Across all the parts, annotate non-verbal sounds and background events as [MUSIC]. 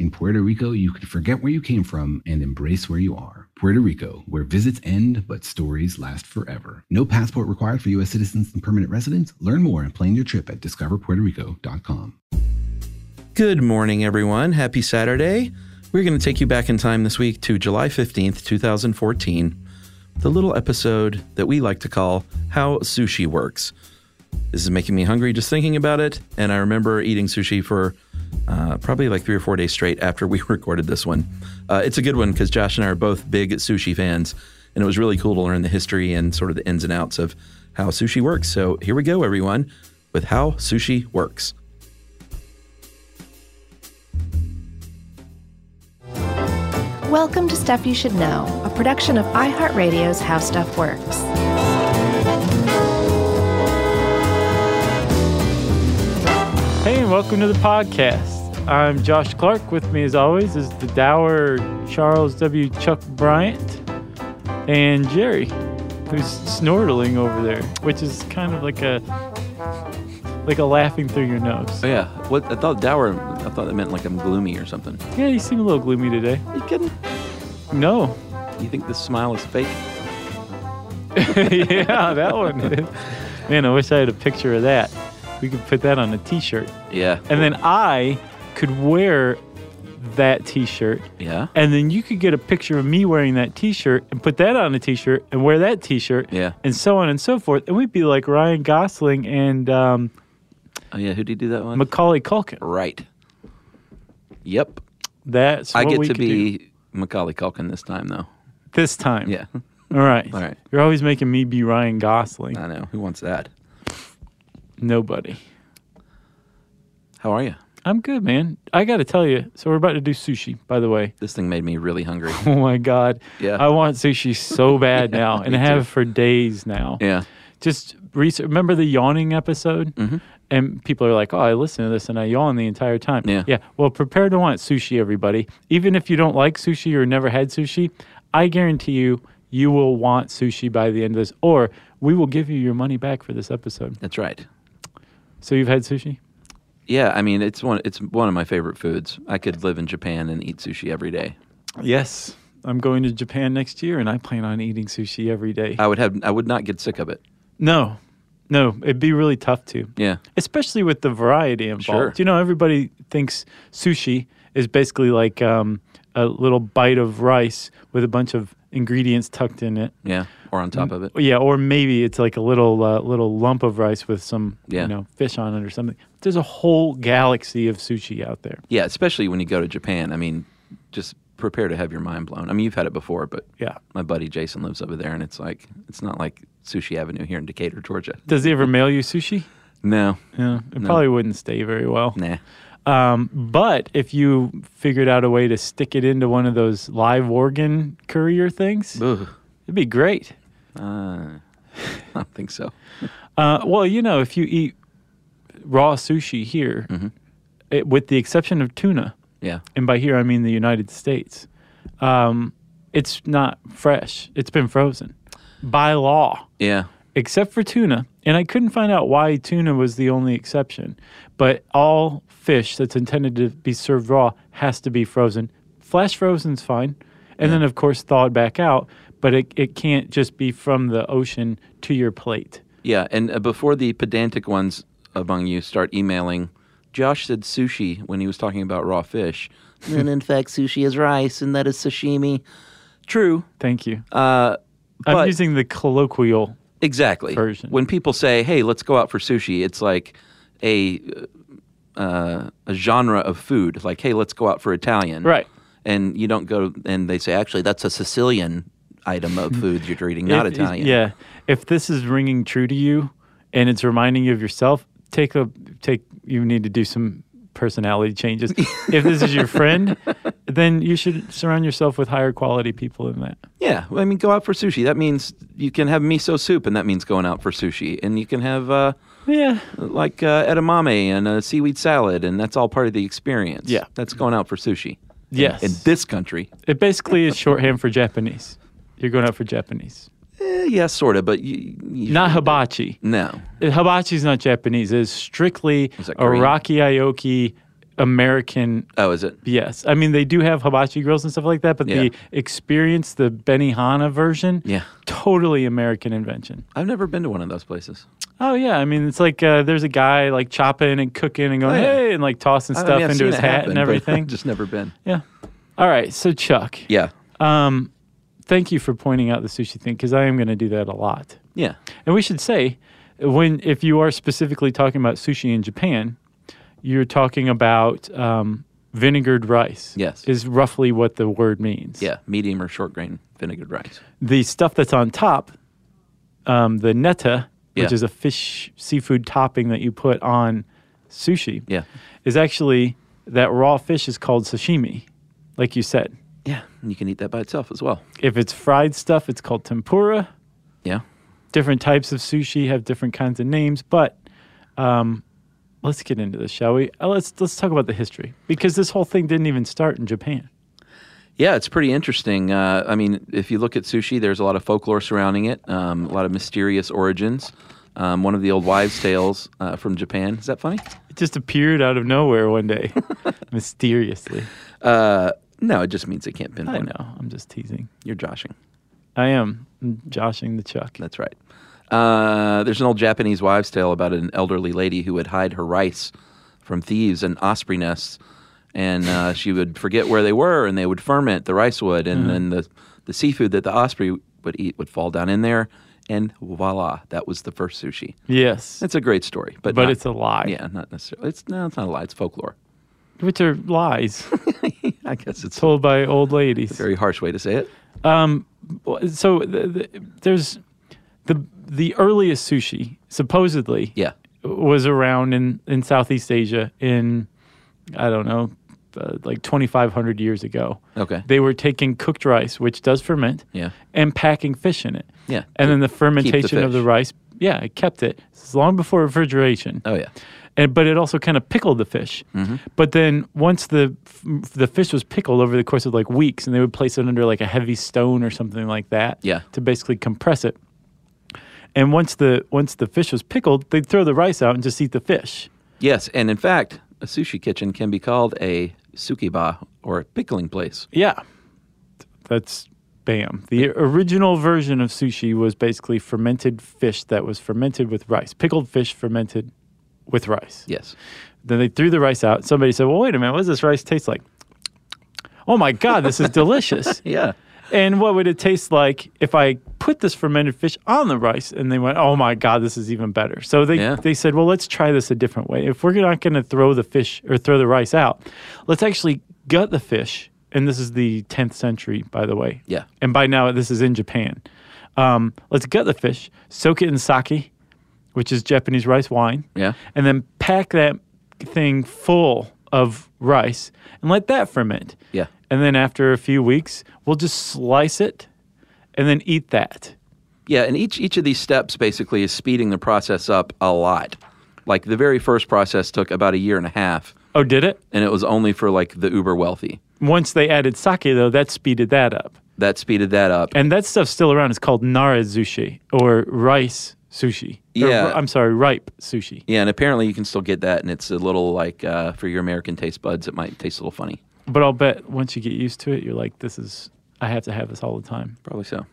In Puerto Rico, you can forget where you came from and embrace where you are. Puerto Rico, where visits end but stories last forever. No passport required for U.S. citizens and permanent residents. Learn more and plan your trip at discoverpuertorico.com. Good morning, everyone. Happy Saturday. We're going to take you back in time this week to July 15th, 2014, the little episode that we like to call How Sushi Works. This is making me hungry just thinking about it, and I remember eating sushi for uh, probably like three or four days straight after we [LAUGHS] recorded this one. Uh, it's a good one because Josh and I are both big sushi fans, and it was really cool to learn the history and sort of the ins and outs of how sushi works. So here we go, everyone, with How Sushi Works. Welcome to Stuff You Should Know, a production of iHeartRadio's How Stuff Works. Hey, and welcome to the podcast. I'm Josh Clark. With me, as always, is the dour Charles W. Chuck Bryant and Jerry, who's snortling over there, which is kind of like a like a laughing through your nose. Oh, yeah. What I thought dour, I thought that meant like I'm gloomy or something. Yeah, you seem a little gloomy today. Are you kidding? No. [LAUGHS] You think this smile is fake? yeah, that one is. Man, I wish I had a picture of that. We could put that on a t-shirt. Yeah. And then I could wear that t-shirt yeah. and then you could get a picture of me wearing that t-shirt and put that on a t-shirt and wear that t-shirt Yeah. and so on and so forth and we'd be like ryan gosling and um, Oh, yeah. Who did do that one? macaulay culkin right. Yep. that's I what get we to could do be Macaulay Culkin this time, though. this time [LAUGHS] Yeah. all right All right. Uh, you're always making me be ryan gosling I know. Who wants that? nobody How are you? i'm good man i gotta tell you so we're about to do sushi by the way [LAUGHS] This thing made me really hungry. oh my god Yeah. i want sushi so [LAUGHS] bad now and i have for days now yeah. just research. Remember the yawning episode? And people are like, "Oh, I listened to this and I yawn the entire time." Yeah. yeah. Well, prepare to want sushi, everybody. Even if you don't like sushi or never had sushi, I guarantee you, you will want sushi by the end of this, or we will give you your money back for this episode. That's right. So you've had sushi? Yeah. I mean, it's one. It's one of my favorite foods. I could live in Japan and eat sushi every day. Yes. I'm going to Japan next year, and I plan on eating sushi every day. I would have. I would not get sick of it. no, no, it'd be really tough to. Yeah. especially with the variety involved. Sure. You know, everybody thinks sushi is basically like um, a little bite of rice with a bunch of ingredients tucked in it. Yeah. Or on top of it. Yeah, or maybe it's like a little uh, little lump of rice with some Yeah. you know fish on it or something. There's a whole galaxy of sushi out there. Yeah. Especially when you go to Japan. I mean, just prepare to have your mind blown. I mean, you've had it before, but Yeah. my buddy Jason lives over there, and it's like it's not like Sushi Avenue here in Decatur, Georgia. Does he ever mail you sushi? No. Yeah, it probably wouldn't stay very well. Um, Nah. But if you figured out a way to stick it into one of those live organ courier things, Ugh. it'd be great. Uh, [LAUGHS] I don't think so. Uh, well, you know, if you eat raw sushi here, it, with the exception of tuna, Yeah. and by here I mean the United States, um, it's not fresh. It's been frozen by law, Yeah. except for tuna. And I couldn't find out why tuna was the only exception. But all fish that's intended to be served raw has to be frozen. Flash frozen's fine. And then, of course, thawed back out, but it, it can't just be from the ocean to your plate. Yeah, and uh, before the pedantic ones among you start emailing, Josh said sushi when he was talking about raw fish. [LAUGHS] and in fact, sushi is rice, and that is sashimi. True. Thank you. Uh, I'm but- using the colloquial. exactly. Version. When people say, "Hey, let's go out for sushi," it's like a uh, uh, a genre of food. Like, hey, let's go out for Italian, Right. And you don't go, and they say actually that's a Sicilian [LAUGHS] item of food you're eating, not If- Italian. Yeah. If this is ringing true to you and it's reminding you of yourself, take a take you need to do some personality [LAUGHS] changes. if this is your friend, then you should surround yourself with higher quality people than that. Yeah, well, I mean, go out for sushi. That means you can have miso soup, and that means going out for sushi. And you can have uh, Yeah. like uh, edamame and a seaweed salad, and that's all part of the experience. Yeah. that's going out for sushi. Yes. In this country, it basically is shorthand for Japanese. You're going out for Japanese. eh, yeah, sort of, but you, you Not hibachi. no. Hibachi is not Japanese. It's strictly Is that Mm. Korean? Iraqi Aoki American Oh, is it? Yes. I mean, they do have hibachi grills and stuff like that, but the Yeah. experience, the Benihana version, Yeah. totally American invention. I've never been to one of those places. Oh, yeah. I mean, it's like uh, there's a guy like chopping and cooking and going, Oh, yeah. hey, and like tossing I mean, stuff I've into seen his it hat happen, and but [LAUGHS] everything. just never been. yeah. All right. So, Chuck, Yeah, thank you for pointing out the sushi thing because I am going to do that a lot. yeah. And we should say, when if you are specifically talking about sushi in Japan, you're talking about um, vinegared rice. Yes. Is roughly what the word means. Yeah, medium or short grain vinegar rice. the stuff that's on top, um, the neta, which Yeah. is a fish seafood topping that you put on sushi, Yeah. is actually that raw fish is called sashimi, like you said. Yeah, and you can eat that by itself as well. If it's fried stuff, it's called tempura. Yeah. Different types of sushi have different kinds of names, but um, let's get into this, shall we? Uh, let's let's talk about the history because this whole thing didn't even start in Japan. Yeah, it's pretty interesting. Uh, I mean, if you look at sushi, there's a lot of folklore surrounding it, um, a lot of mysterious origins. Um, one of the old wives' tales uh, from Japan. Is that funny? It just appeared out of nowhere one [LAUGHS] day, mysteriously. Uh, no, it just means they can't I pinpoint it. know. I'm just teasing. You're joshing. I am I'm joshing the chuck. That's right. Uh, there's an old Japanese wives' tale about an elderly lady who would hide her rice from thieves in osprey nests, and [LAUGHS] uh, she would forget where they were, and they would ferment the rice would, and Mm-hmm. then the the seafood that the osprey would eat would fall down in there, and voila, that was the first sushi. Yes, It's a great story, but but not- it's a lie. yeah, not necessarily. It's no, it's not a lie. It's folklore. which are lies [LAUGHS] I guess it's a told by old ladies. very harsh way to say it. So the, the, there's the the earliest sushi supposedly Yeah, was around in in Southeast Asia in I don't know uh, like 2,500 years ago. Okay. they were taking cooked rice, which does ferment. Yeah. and packing fish in it. yeah. and then the fermentation of the fish. rice. Yeah, it kept it. It's long before refrigeration. oh yeah, and but it also kind of pickled the fish. But then once the f- the fish was pickled over the course of like weeks, and they would place it under like a heavy stone or something like that, Yeah. to basically compress it. And once the once the fish was pickled, they'd throw the rice out and just eat the fish. yes. And in fact, a sushi kitchen can be called a sukiba or a pickling place. Yeah, that's bam. The original version of sushi was basically fermented fish that was fermented with rice, pickled fish fermented with rice. Yes. Then they threw the rice out. Somebody said, "Well, wait a minute. What does this rice taste like?" Oh my God, this is [LAUGHS] delicious. Yeah. and what would it taste like if I put this fermented fish on the rice? And they went, "Oh my God, this is even better." So they Yeah. they said, "Well, let's try this a different way. If we're not going to throw the fish or throw the rice out, let's actually gut the fish." And this is the 10th century, by the way. Yeah. And by now, this is in Japan. Um, let's gut the fish, soak it in sake, which is Japanese rice wine Yeah. and then pack that thing full of rice and let that ferment. Yeah. And then after a few weeks, we'll just slice it and then eat that. Yeah. And each each of these steps basically is speeding the process up a lot. Like the very first process took about a year and a half, Oh, did it? and it was only for like the uber wealthy. Once they added sake, though, that speeded that up. That speeded that up. And that stuff's still around. It's called nara sushi or rice sushi. Or Yeah. ri- I'm sorry, ripe sushi. yeah, and apparently you can still get that, and it's a little like uh, for your American taste buds, it might taste a little funny. But I'll bet once you get used to it, you're like, this is, I have to have this all the time. Probably so.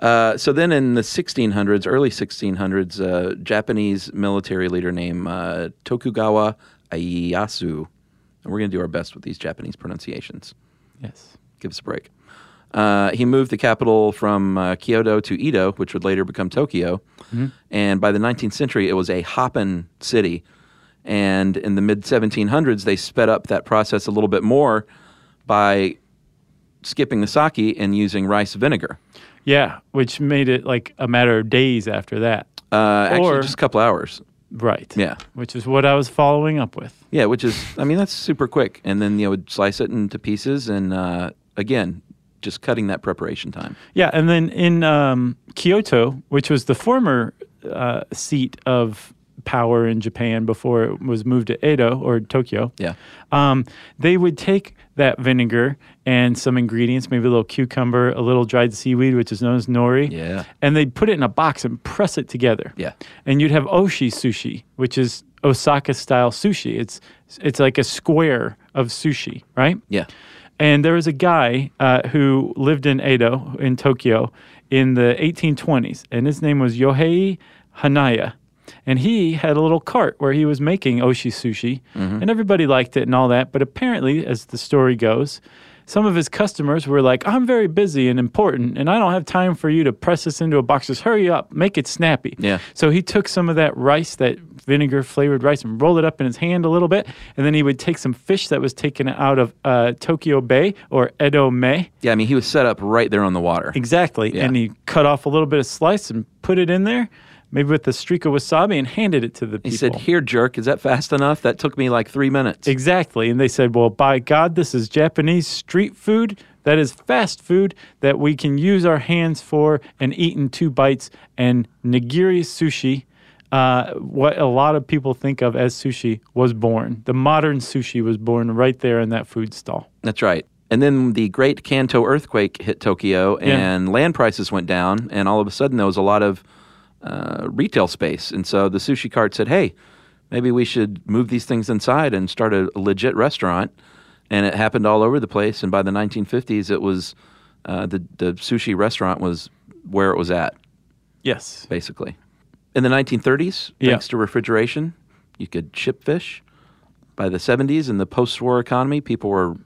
Uh, so then in the 1600s, early 1600s, uh, Japanese military leader named uh, Tokugawa Ieyasu, and we're going to do our best with these Japanese pronunciations. Yes. give us a break. Uh, he moved the capital from uh, Kyoto to Edo, which would later become Tokyo. And by the 19th century, it was a hoppin' city. And in the mid 1700s, they sped up that process a little bit more by skipping the sake and using rice vinegar. Yeah, which made it like a matter of days after that. Uh, actually, Or- just a couple hours. Right. Yeah. Which is what I was following up with. Yeah, which is, I mean, that's super quick. And then, you know, would slice it into pieces. And uh, again, just cutting that preparation time. Yeah, and then in um, Kyoto, which was the former uh, seat of power in Japan before it was moved to Edo or Tokyo, Yeah. um, they would take that vinegar and some ingredients, maybe a little cucumber, a little dried seaweed, which is known as nori, Yeah. and they'd put it in a box and press it together. Yeah. and you'd have oshi sushi, which is Osaka style sushi. It's it's like a square of sushi, right? Yeah. And there was a guy uh, who lived in Edo, in Tokyo, in the 1820s, and his name was Yohei Hanaya. And he had a little cart where he was making oshi sushi, and everybody liked it and all that. But apparently, as the story goes, some of his customers were like, I'm very busy and important, and I don't have time for you to press this into a box. Just hurry up, make it snappy. Yeah. So he took some of that rice, that vinegar flavored rice, and rolled it up in his hand a little bit. And then he would take some fish that was taken out of uh, Tokyo Bay or Edo May. Yeah. I mean, he was set up right there on the water. Exactly. Yeah. And he cut off a little bit of slice and put it in there, maybe with a streak of wasabi, and handed it to the people. He said, Here, jerk, is that fast enough? That took me like three minutes. Exactly. And they said, well, by God, this is Japanese street food. That is fast food that we can use our hands for and eat in two bites. And nigiri sushi, uh, what a lot of people think of as sushi, was born. The modern sushi was born right there in that food stall. That's right. And then the great Kanto earthquake hit Tokyo, Yeah. and land prices went down, and all of a sudden there was a lot of uh, retail space. And so the sushi cart said, "Hey, maybe we should move these things inside and start a legit restaurant." And it happened all over the place. And by the 1950s, it was uh, the the sushi restaurant was where it was at Yes. basically. In the 1930s, Yeah. thanks to refrigeration, you could ship fish. By the 70s, in the post-war economy, people were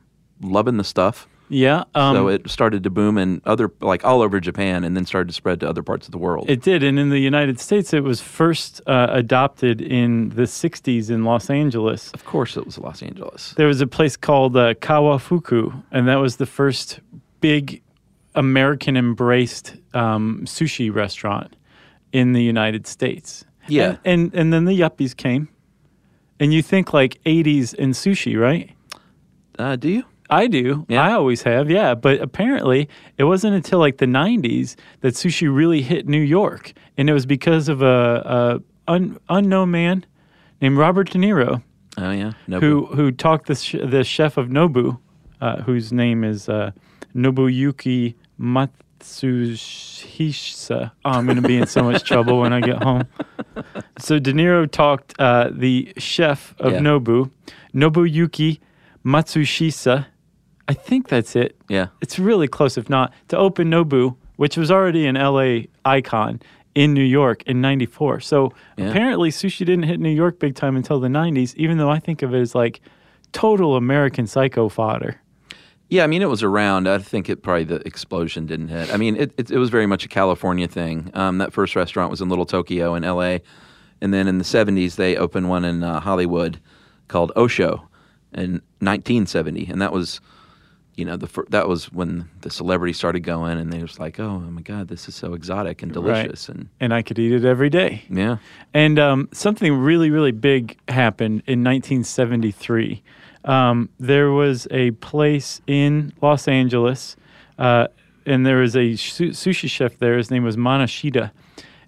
loving the stuff, Yeah. Um, so it started to boom in other, like all over Japan, and then started to spread to other parts of the world. It did, and in the United States, it was first uh, adopted in the '60s in Los Angeles. of course, it was Los Angeles. There was a place called uh, Kawafuku, and that was the first big American embraced um, sushi restaurant in the United States. Yeah. And, and and then the yuppies came, and you think like '80s and sushi, right? Uh, do you? I do. Yeah. I always have. Yeah. But apparently, it wasn't until like the 90s that sushi really hit New York. And it was because of a, a un, unknown man named Robert De Niro Oh yeah, no. who, who talked the, sh- the chef of Nobu, uh, whose name is uh, Nobuyuki Matsuhisa. Oh, I'm going to be in so much trouble when I get home. So De Niro talked uh, the chef of Yeah. Nobu, Nobuyuki Matsushisa. I think that's it. Yeah. It's really close, if not, to open Nobu, which was already an LA icon in New York in 94. So Yeah. apparently, sushi didn't hit New York big time until the 90s, even though I think of it as like total American psycho fodder. Yeah, I mean, it was around. I think it probably the explosion didn't hit. I mean, it, it, it was very much a California thing. Um, that first restaurant was in Little Tokyo in L.A., and then in the '70s they opened one in uh, Hollywood called Osho in 1970, and that was, you know, the fir- that was when the celebrities started going, and they was like, oh, my god, this is so exotic and delicious, and And I could eat it every day. yeah, And um, something really, really big happened in 1973. Um, there was a place in Los Angeles, uh, and there was a su- sushi chef there. His name was Manashita.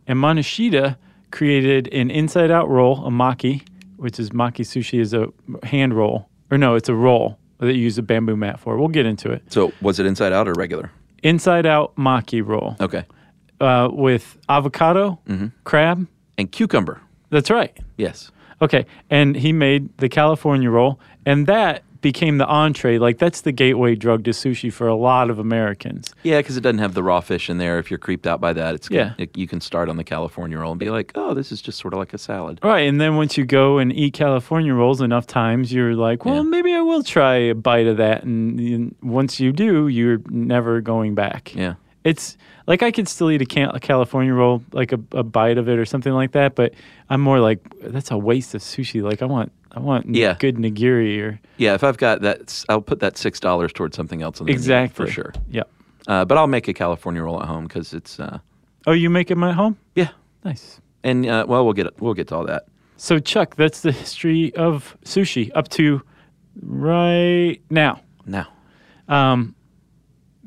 And Manashita created an inside out roll, a maki, which is maki sushi, is a hand roll. Or no, it's a roll that you use a bamboo mat for. We'll get into it. so was it inside out or regular? Inside out maki roll Okay, uh, with avocado, crab. and cucumber, That's right. yes, Okay, and he made the California roll, and that became the entree. Like that's the gateway drug to sushi for a lot of Americans. yeah, because it doesn't have the raw fish in there. If you're creeped out by that, it's Yeah. it, you can start on the California roll and be like, oh, this is just sort of like a salad. All right, and then once you go and eat California rolls enough times, you're like, well, Yeah. maybe I will try a bite of that. And, and once you do, you're never going back. Yeah. It's like I could still eat a, can- a California roll, like a, a bite of it or something like that. But I'm more like that's a waste of sushi. Like I want, I want Yeah. good nigiri or Yeah, if I've got that, I'll put that six dollars towards something else. In the meal, exactly for sure. Yeah. Uh, but I'll make a California roll at home because it's uh, Oh, you make them at home? yeah. Nice. And uh, well, we'll get we'll get to all that. So Chuck, that's the history of sushi up to right now. Now,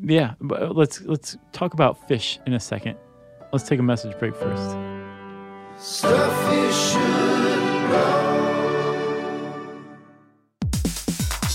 Yeah, but uh, let's let's talk about fish in a second. Let's take a message break first. Stuff you should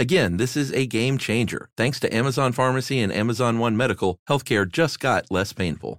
Again, this is a game changer. Thanks to Amazon Pharmacy and Amazon One Medical, healthcare just got less painful.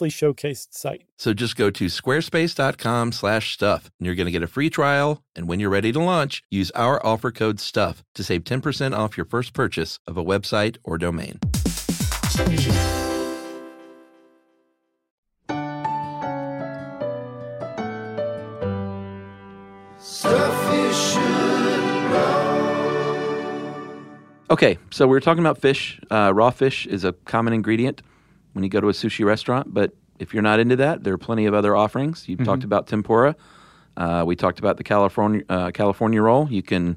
showcased site. So just go to squarespace.com slash stuff and you're going to get a free trial. And when you're ready to launch, use our offer code stuff to save 10% off your first purchase of a website or domain. stuff you should okay. So we were talking about fish. Uh, raw fish is a common ingredient when you go to a sushi restaurant, but if you're not into that, there are plenty of other offerings. You've talked about tempura. Uh, we talked about the California uh, California roll. You can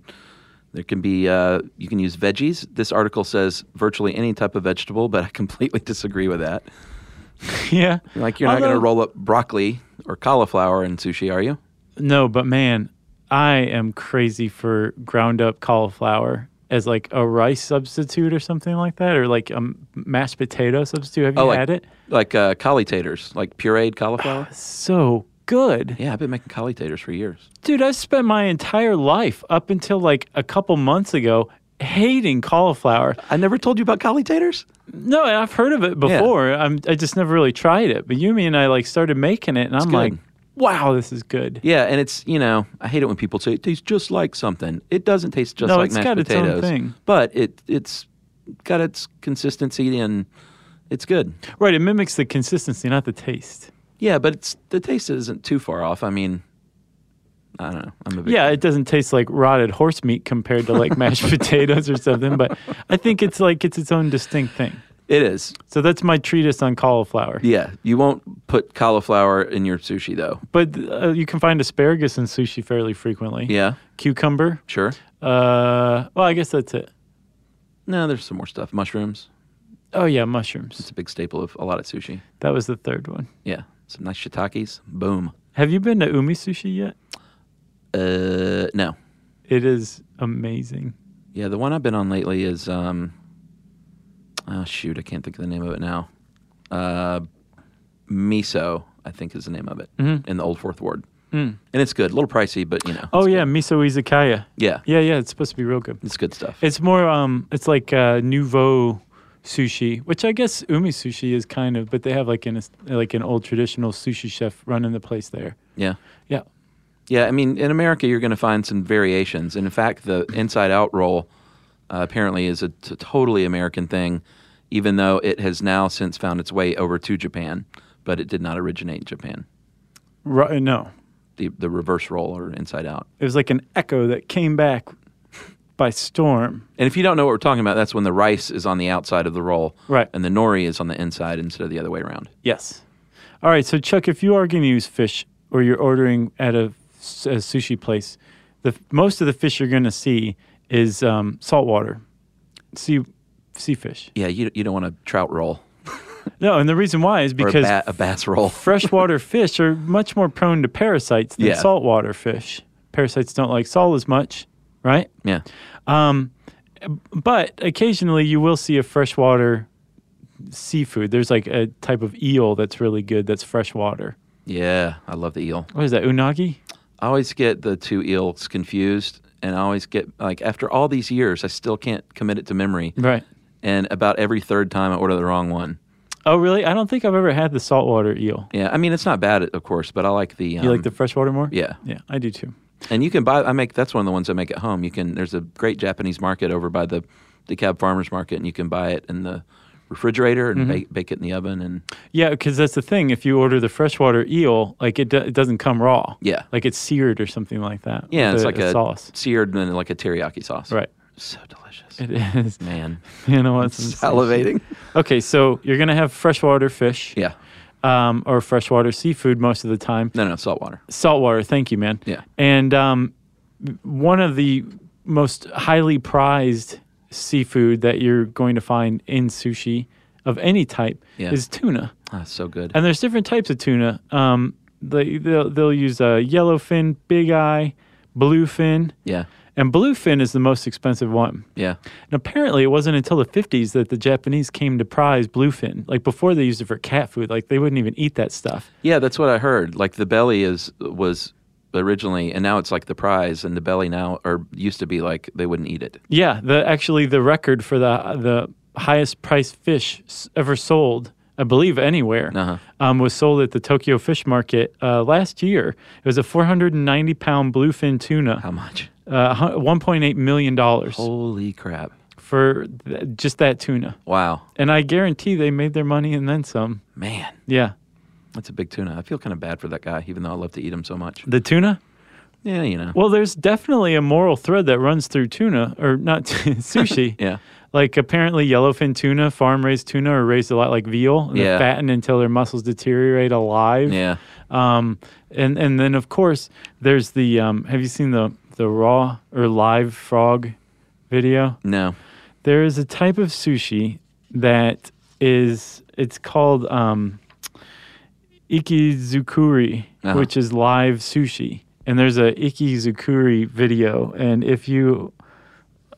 there can be uh, you can use veggies. This article says virtually any type of vegetable, but I [LAUGHS] completely disagree with that. [LAUGHS] yeah. Like you're not going to Although- roll up broccoli or cauliflower in sushi, are you? No, but man, I am crazy for ground up cauliflower as like a rice substitute or something like that, or like a m- mashed potato substitute. Have you Oh, like, had it? Like uh, collie taters, like pureed cauliflower. So good. [SIGHS] yeah, I've been making collie taters for years. Dude, I've spent my entire life up until like a couple months ago hating cauliflower. I never told you about collie taters. No, and I've heard of it before. I'm, I just never really tried it. But Yumi and I like started making it, and I'm good. like, wow, this is good. Yeah, and it's you know I hate it when people say it tastes just like something. It doesn't taste just No, like it's mashed got its own potatoes, thing. but it it's got its consistency and it's good. Right, it mimics the consistency, not the taste. Yeah, but it's the taste isn't too far off. I mean, I don't know. I'm a big Yeah, it doesn't taste like rotted horse meat compared to like [LAUGHS] mashed potatoes or something, but I think it's like it's its own distinct thing. it is. So that's my treatise on cauliflower. Yeah, you won't put cauliflower in your sushi though. But uh, you can find asparagus in sushi fairly frequently. Yeah, Cucumber. sure. Uh, well, I guess that's it. No, there's some more stuff. Mushrooms. Oh yeah, mushrooms. It's a big staple of a lot of sushi. That was the third one. Yeah, some nice shiitakes. Boom. Have you been to Umi Sushi yet? Uh, no. It is amazing. Yeah, the one I've been on lately is um oh shoot, I can't think of the name of it now. Uh Miso, I think is the name of it. In the old fourth ward. Mm. And it's good. A little pricey, but you know. Oh it's yeah, good. miso izakaya. Yeah. Yeah, yeah, it's supposed to be real good. It's good stuff. It's more um it's like uh nouveau sushi, which I guess umi sushi is kind of, but they have like an like an old traditional sushi chef running the place there. yeah. Yeah. Yeah, I mean, in America, you're going to find some variations. And in fact, the inside out roll uh, apparently is a t- totally American thing, even though it has now since found its way over to Japan, but it did not originate in Japan. Right, no, The, the reverse roll or inside out. it was like an echo that came back by storm. And if you don't know what we're talking about, that's when the rice is on the outside of the roll, Right. And the nori is on the inside instead of the other way around. Yes. All right. So, Chuck, if you are going to use fish or you're ordering at a, s- a sushi place, the most of the fish you're going to see is um, saltwater, sea sea fish. Yeah, you, you don't want a trout roll No, and the reason why is or a, because ba- a bass [LAUGHS] roll. [LAUGHS] freshwater fish are much more prone to parasites than Yeah. saltwater fish. Parasites don't like salt as much, right? Yeah, But occasionally you will see a freshwater seafood. There's like a type of eel that's really good that's freshwater. yeah, I love the eel. What is that? Unagi? I always get the two eels confused, and I always get like after all these years, I still can't commit it to memory. Right. And about every third time, I order the wrong one. Oh, really? I don't think I've ever had the saltwater eel. Yeah, I mean it's not bad, of course, but I like the. Um, You like the freshwater more? Yeah, Yeah, I do too. and you can buy. I make that's one of the ones I make at home. You can. There's a great Japanese market over by the DeKalb Farmers Market, and you can buy it in the refrigerator Mm-hmm. and bake, bake it in the oven. And Yeah, because that's the thing. If you order the freshwater eel, like it, do, it doesn't come raw. Yeah. Like it's seared or something like that. yeah, with it's like a sauce. seared and like a teriyaki sauce. Right. So delicious, It is. man. [LAUGHS] You know what? Salivating. Okay, so you're going to have freshwater fish Yeah. um, or freshwater seafood most of the time. No, no, salt water. Saltwater, thank you, man. Yeah. And um, one of the most highly prized seafood that you're going to find in sushi of any type Yeah. is tuna. Ah, so good. And there's different types of tuna. Um, they, they'll, they'll use a yellowfin, big eye, bluefin. yeah. And bluefin is the most expensive one. Yeah. And apparently, it wasn't until the 50s that the Japanese came to prize bluefin. Like before, they used it for cat food. Like they wouldn't even eat that stuff. Yeah, that's what I heard. Like the belly is was originally, and now it's like the prize, and the belly now or used to be like they wouldn't eat it. Yeah, the actually the record for the the highest priced fish s- ever sold, I believe anywhere, Uh-huh. um, was sold at the Tokyo Fish Market uh, last year. It was a 490 pound bluefin How tuna, much? uh, hu- 1.8 million dollars Holy crap! for th- just that tuna. Wow, And I guarantee they made their money and then some. man, Yeah, that's a big tuna. I feel kind of bad for that guy, even though I love to eat him so much. the tuna. Yeah, you know. Well, there's definitely a moral thread that runs through tuna or not [LAUGHS] sushi. [LAUGHS] Yeah, Like apparently yellowfin tuna, farm raised tuna are raised a lot like veal. And Yeah. They fatten until their muscles deteriorate alive. yeah. Um and, and then of course there's the um have you seen the the raw or live frog video? No, There is a type of sushi that is it's called um ikizukuri, Uh-huh. which is live sushi. And there's a ikizukuri video and if you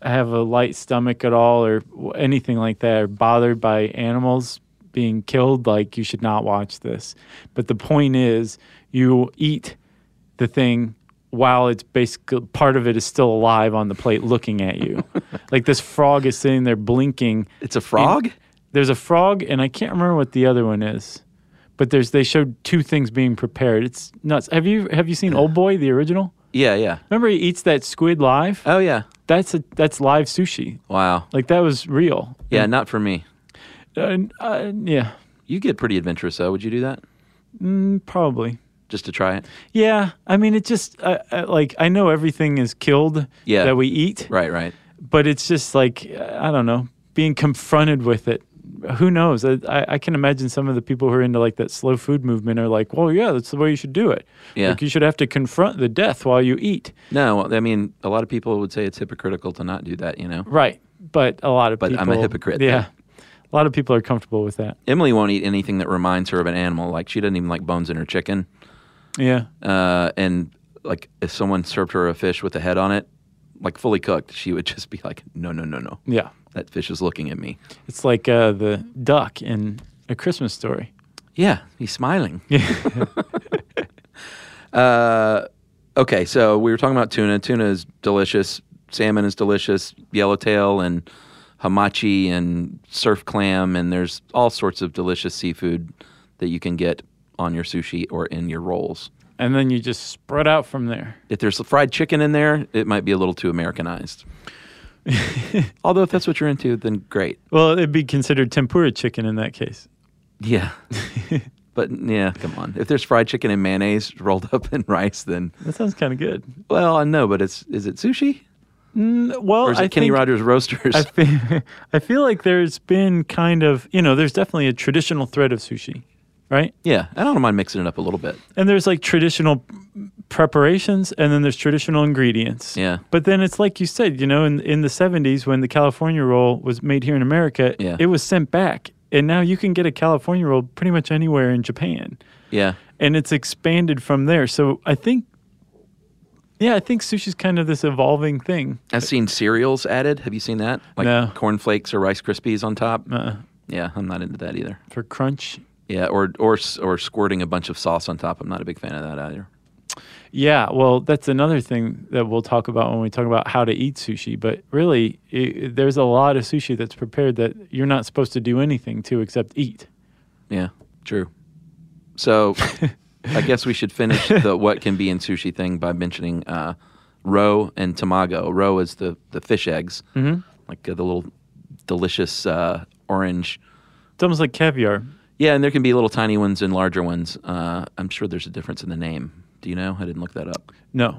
have a light stomach at all or w- anything like that or bothered by animals being killed like you should not watch this but the point is you eat the thing while it's basically part of it is still alive on the plate looking at you like this frog is sitting there blinking it's a frog. there's a frog and i can't remember what the other one is but there's they showed two things being prepared it's nuts have you have you seen old boy the original Yeah, yeah. remember he eats that squid live Oh yeah. that's a that's live sushi Wow. like that was real. Yeah, not for me. Uh, uh, yeah, You get pretty adventurous though. Would you do that probably. just to try it? Yeah, I mean, it just uh, uh, like I know everything is killed Yeah. that we eat, Right, right. but it's just like uh, I don't know, being confronted with it. Who knows? I, I, I can imagine some of the people who are into like that slow food movement are like, well, yeah, that's the way you should do it. Yeah. Like you should have to confront the death while you eat. No, I mean, a lot of people would say it's hypocritical to not do that. You know, Right. But a lot of But people. I'm a hypocrite, Yeah. yeah. A lot of people are comfortable with that. Emily won't eat anything that reminds her of an animal. Like she doesn't even like bones in her chicken. Yeah. uh, and like if someone served her a fish with a head on it, like fully cooked, she would [LAUGHS] just be like, "No, no, no, no, Yeah. that fish is looking at me." It's like uh, the duck in A Christmas Story. Yeah, he's smiling. Yeah. [LAUGHS] uh, okay, so we were talking about tuna. Tuna is delicious. Salmon is delicious. Yellowtail and hamachi and surf clam and there's all sorts of delicious seafood that you can get on your sushi or in your rolls. and then you just spread out from there. If there's fried chicken in there, it might be a little too [LAUGHS] Americanized. Although if that's what you're into, then great. Well, it'd be considered tempura chicken in that case. Yeah. but yeah, come on. If there's fried chicken and mayonnaise rolled up in rice, then That sounds kind of good. well, I know, but it's is it sushi? Well, Or is it I Kenny think- Rogers Roasters? [LAUGHS] I feel, [LAUGHS] I feel like there's been kind of, you know, there's definitely a traditional thread of sushi, right? yeah, I don't mind mixing it up a little bit. And there's like traditional preparations and then there's traditional ingredients. Yeah. But then it's like you said, you know, in, in the 70s when the California roll was made here in America, Yeah. it was sent back. And now you can get a California roll pretty much anywhere in Japan. Yeah. And it's expanded from there. So I think, yeah, I think sushi's kind of this evolving thing. I've seen cereals added. Have you seen that? Like No. corn flakes or rice krispies on top. Uh, Yeah, I'm not into that either. for crunch Yeah, or or s- or squirting a bunch of sauce on top. I'm not a big fan of that either. Yeah, well, that's another thing that we'll talk about when we talk about how to eat sushi. But really, i there's a lot of sushi that's prepared that you're not supposed to do anything to except eat. Yeah, true. [LAUGHS] So I guess we should [LAUGHS] finish the what can be in sushi thing by mentioning uh, roe and tamago. Roe is the, the fish eggs, mm-hmm. like uh, the little delicious uh, orange. It's almost like caviar. Yeah, and there can be little tiny ones and larger ones. Uh, I'm sure there's a difference in the name. Do you know? I didn't look that up. No.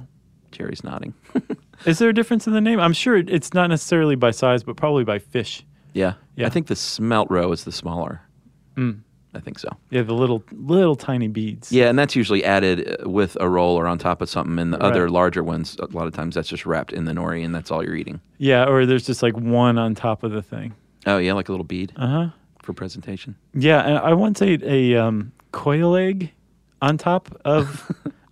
Jerry's nodding. [LAUGHS] Is there a difference in the name? I'm sure it- it's not necessarily by size, but probably by fish. yeah. Yeah. Mm. I think the smelt roe is the smaller. I think so. Yeah, the little little tiny beads. Yeah, and that's usually added uh, with a roll or on top of something. And the other Right. larger ones, a lot of times that's just wrapped in the nori, and that's all you're eating. Yeah, or there's just like one on top of the thing. Oh yeah, like a little bead Uh huh. for presentation. Yeah, and I once ate a um, quail egg on top [LAUGHS] of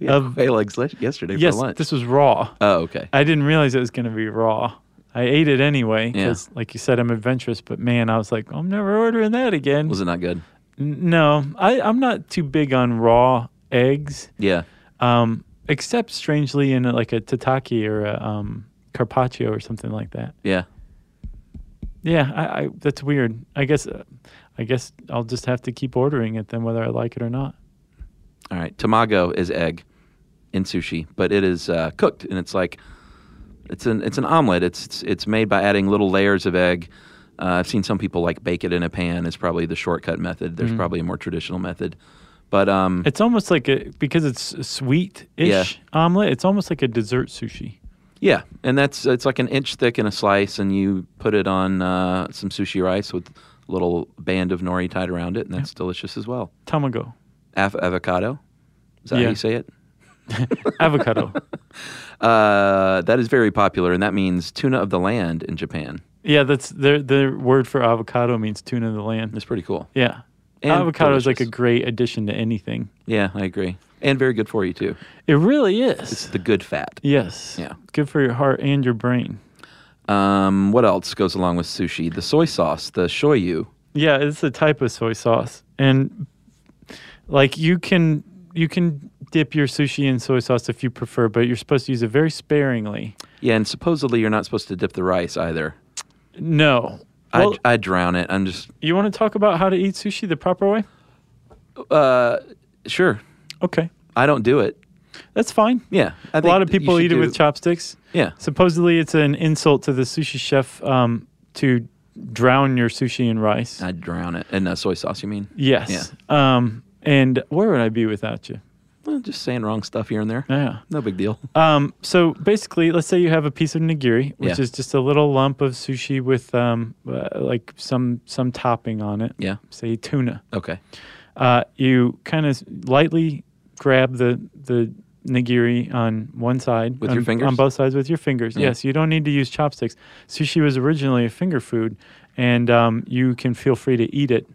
of Quail eggs le- yesterday yes, for lunch. this was raw. oh okay. I didn't realize it was going to be raw. I ate it anyway Yeah. because, like you said, I'm adventurous. But man, I was like, I'm never ordering that again. Was it not good? N- no, I, I'm not too big on raw eggs, Yeah. um, except strangely in like a tataki or a um, carpaccio or something like that. Yeah. Yeah, I, I, that's weird. I guess, uh, I guess I'll just have to keep ordering it then, whether I like it or not. All right. Tamago is egg in sushi, but it is uh, cooked, and it's like it's an it's an omelet. It's it's, it's made by adding little layers of egg. Uh, I've seen some people like bake it in a pan. Is probably the shortcut method. There's probably a more traditional method, but um, It's almost like a because it's sweet ish omelet. It's almost like a dessert sushi. Yeah, and that's it's like an inch thick in a slice, and you put it on uh, some sushi rice with a little band of nori tied around it, and that's delicious as well. Tamago, Af- avocado, is that how Yeah. you say it? avocado. Uh, that is very popular, and that means tuna of the land in Japan. Yeah, that's their their word for avocado means tuna of the land. It's pretty cool. Yeah. And avocado is like a delicious. great addition to anything. Yeah, I agree, and very good for you too. It really is. The good fat. yes. Yeah. Good for your heart and your brain. Um, what else goes along with sushi? The soy sauce, the shoyu. Yeah, it's a type of soy sauce. And like you can you can dip your sushi in soy sauce if you prefer, but you're supposed to use it very sparingly. Yeah, and supposedly you're not supposed to dip the rice either. No. I Well, I drown it. I'm just you want to talk about how to eat sushi the proper way? uh, sure. Okay. I don't do it. That's fine. Yeah, I A lot of that you people should eat it with do- chopsticks. Yeah. Supposedly, it's an insult to the sushi chef um, to drown your sushi in rice. I'd drown it in uh, soy sauce. You mean? yes. Um, and where would I be without you? Well, just saying wrong stuff here and there. Yeah. No big deal. Um, so basically, let's say you have a piece of nigiri, which Yeah. is just a little lump of sushi with um, uh, like some some topping on it. Yeah. Say tuna. Okay. Uh, you kind of lightly grab the the nigiri on one side With on- your fingers? Mm-hmm. on both sides with your fingers. Yes, you don't need to use chopsticks. Sushi was originally a finger food, and um, you can feel free to eat it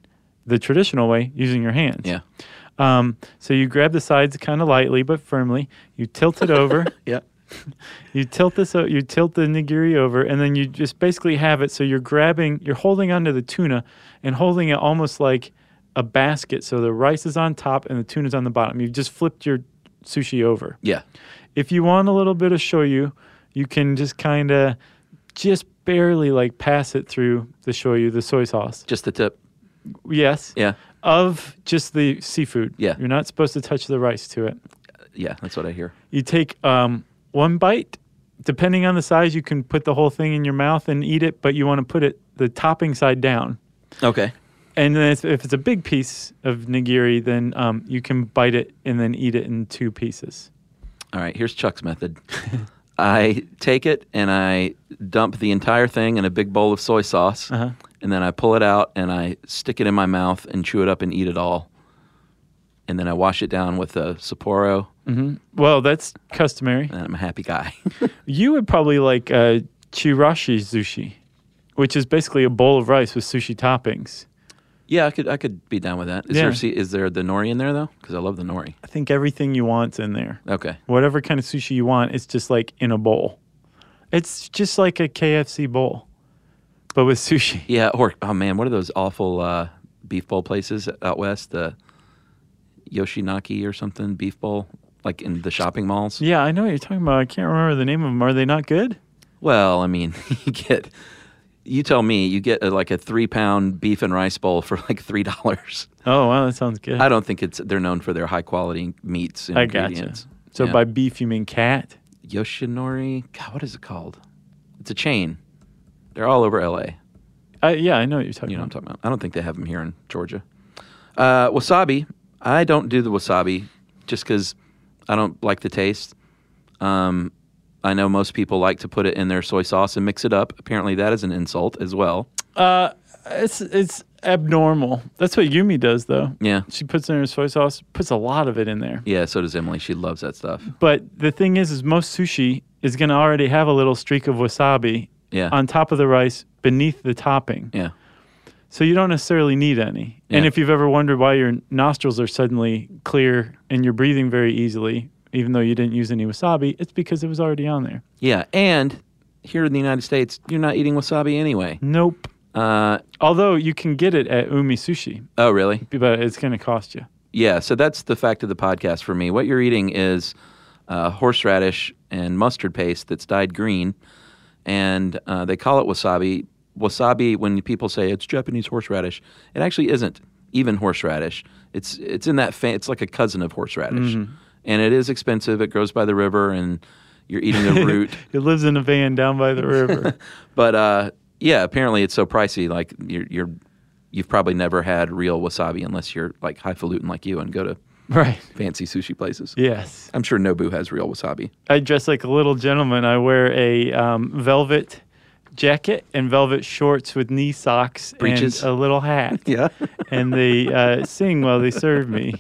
the traditional way using your hands. Yeah. Um, so you grab the sides kind of lightly but firmly. You tilt it over. [LAUGHS] Yeah. [LAUGHS] You tilt this. o- You tilt the nigiri over, and then you just basically have it. So you're grabbing, you're holding onto the tuna, and holding it almost like a basket. So the rice is on top and the tuna's on the bottom. You've just flipped your sushi over. Yeah. If you want a little bit of shoyu, you can just kind of, just barely like pass it through the shoyu, the soy sauce. Just the tip. Yes. Yeah. Of just the seafood. Yeah. You're not supposed to touch the rice to it. yeah, that's what I hear. You take um, one bite. Depending on the size, you can put the whole thing in your mouth and eat it, but you want to put it the topping side down. Okay. And then if, if it's a big piece of nigiri, then um, you can bite it and then eat it in two pieces. All right, here's Chuck's method. I take it and I dump the entire thing in a big bowl of soy sauce, and then I pull it out and I stick it in my mouth and chew it up and eat it all. And then I wash it down with a Sapporo, Well, that's customary. and I'm a happy guy. [LAUGHS] You would probably like uh, chirashi sushi, which is basically a bowl of rice with sushi toppings. yeah, I could I could be down with that. Is Yeah. there see, is there the nori in there though? Because I love the nori. I think everything you want's in there. Okay. Whatever kind of sushi you want, it's just like in a bowl. It's just like a KFC bowl, but with sushi. [LAUGHS] Yeah. Or oh man, what are those awful uh, beef bowl places out west? The Yoshinaki or something beef bowl, like in the shopping malls. Yeah, I know what you're talking about. I can't remember the name of them. Are they not good? Well, I mean, [LAUGHS] you get. You tell me, you get uh like a three pound beef and rice bowl for like three dollars. Oh, wow, that sounds good. I don't think it's they're known for their high quality meats and I gotcha. ingredients. So Yeah. by beef, you mean cat? Yoshinori, God, what is it called? It's a chain. They're all over LA. Uh, yeah, I know what you're talking You know what I'm about. talking about. I don't think they have them here in Georgia. Uh, wasabi. I don't do the wasabi just because I don't like the taste. Um, I know most people like to put it in their soy sauce and mix it up. Apparently, that is an insult as well. It's it's abnormal. That's what Yumi does, though. Yeah. She puts in her soy sauce, puts a lot of it in there. Yeah, so does Emily. She loves that stuff. But the thing is, is most sushi is going to already have a little streak of wasabi Yeah. on top of the rice beneath the topping. Yeah. So you don't necessarily need any. And Yeah. if you've ever wondered why your nostrils are suddenly clear and you're breathing very easily, even though you didn't use any wasabi, it's because it was already on there. Yeah. And here in the United States, you're not eating wasabi anyway. Nope. Uh, Although you can get it at Umi Sushi, oh, really? but it's going to cost you. Yeah. So that's the fact of the podcast for me. What you're eating is uh, horseradish and mustard paste that's dyed green. And uh, they call it wasabi. Wasabi, when people say it's Japanese horseradish, it actually isn't even horseradish. It's it's in that fa- it's like a cousin of horseradish, and it is expensive. It grows by the river, and you're eating the root. It lives in a van down by the river. [LAUGHS] But uh, yeah, apparently it's so pricey. Like you're, you're, you've probably never had real wasabi unless you're like highfalutin like you and go to right. fancy sushi places. Yes. I'm sure Nobu has real wasabi. I dress like a little gentleman. I wear a um, velvet jacket and velvet shorts with knee socks Breeches. and a little hat. [LAUGHS] Yeah. and they uh, sing while they serve me.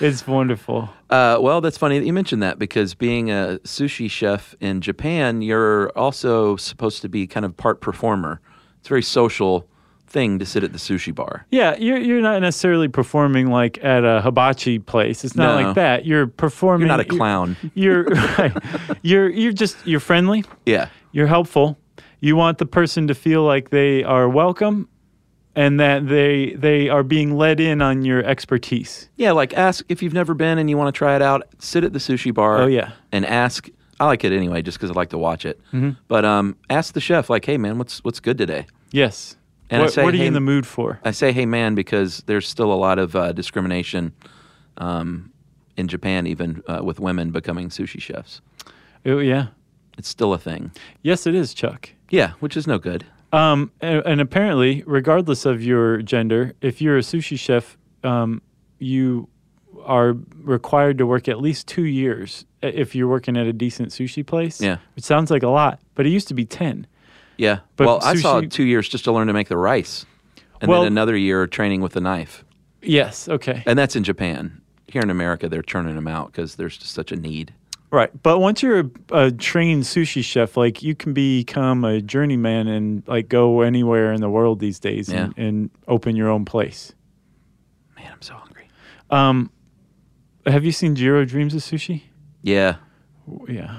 It's wonderful. Uh, well, that's funny that you mentioned that because being a sushi chef in Japan, you're also supposed to be kind of part performer. It's a very social thing to sit at the sushi bar. Yeah, you're you're not necessarily performing like at a hibachi place. It's not No. like that. You're performing. You're not a clown. You're [LAUGHS] right. You're you're just you're friendly. Yeah. You're helpful. You want the person to feel like they are welcome, and that they they are being let in on your expertise. Yeah, like ask if you've never been and you want to try it out. Sit at the sushi bar. Oh, yeah. and ask. I like it anyway, just because I like to watch it. But um, ask the chef, like, "Hey man, what's what's good today?" Yes. And I what, say, what are you hey, uh, in the mood for? I say, "Hey man," because there's still a lot of uh, discrimination um, in Japan, even uh, with women becoming sushi chefs. Oh yeah. It's still a thing. Yes, it is, Chuck. Yeah, which is no good. Um, and, and apparently, regardless of your gender, if you're a sushi chef, um, you are required to work at least two years i- if you're working at a decent sushi place. Yeah. Which sounds like a lot, but it used to be 10. Yeah. But well, I saw sushi- two years just to learn to make the rice, and Well- then another year training with a knife, Yes. Okay. and that's in Japan. Here in America, they're churning them out because there's just such a need. Right. But once you're a, a trained sushi chef, like you can become a journeyman and like go anywhere in the world these days and, Yeah. and open your own place. Man, I'm so hungry. Have you seen Jiro Dreams of Sushi? Yeah. Yeah.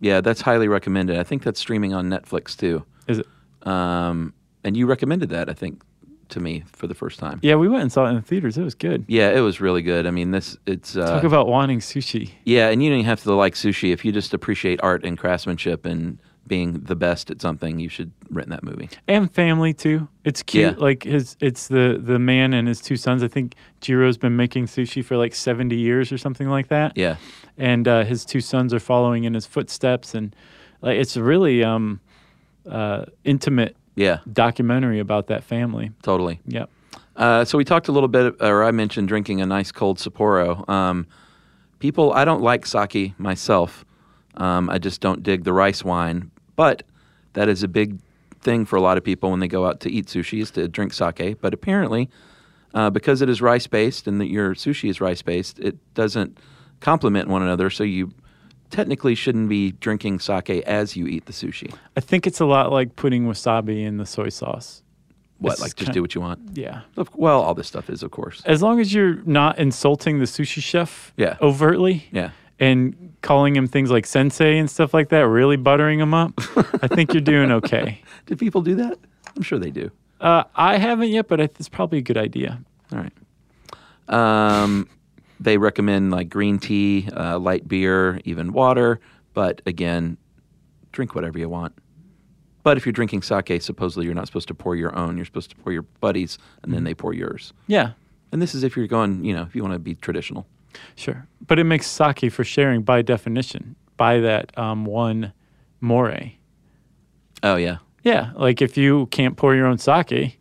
Yeah, that's highly recommended. I think that's streaming on Netflix too. Is it? Um, and you recommended that, I think, to me for the first time. Yeah, we went and saw it in the theaters. It was good. Yeah, it was really good. I mean, this it's uh, Talk about wanting sushi. yeah, and you don't even have to like sushi if you just appreciate art and craftsmanship and being the best at something, you should rent that movie. and family too. It's cute. Yeah. Like his, it's the the man and his two sons. I think Jiro's been making sushi for like seventy years or something like that. Yeah. and uh, his two sons are following in his footsteps, and like it's a really um, uh, intimate Yeah, documentary about that family. totally. Yep. Uh, so we talked a little bit, or I mentioned drinking a nice cold Sapporo. Um, people, I don't like sake myself. Um, I just don't dig the rice wine, but that is a big thing for a lot of people when they go out to eat sushi is to drink sake. But apparently, uh, because it is rice based and that your sushi is rice based, it doesn't complement one another. So you technically shouldn't be drinking sake as you eat the sushi. I think it's a lot like putting wasabi in the soy sauce. What, It's like just kin- do what you want? Yeah. Of- Well, all this stuff is, of course. As long as you're not insulting the sushi chef Yeah. overtly. Yeah. And calling him things like sensei and stuff like that, really buttering him up. I think you're doing okay. [LAUGHS] Do people do that? I'm sure they do. Uh, I haven't yet, but I- it's probably a good idea. All right. Um, they recommend like green tea, uh, light beer, even water. But again, drink whatever you want. But if you're drinking sake, supposedly you're not supposed to pour your own. You're supposed to pour your buddies, and then they pour yours. Yeah, And this is if you're going, you know, if you want to be traditional. sure. But it makes sake for sharing by definition, by that um, one more. Oh yeah, Yeah, like if you can't pour your own sake,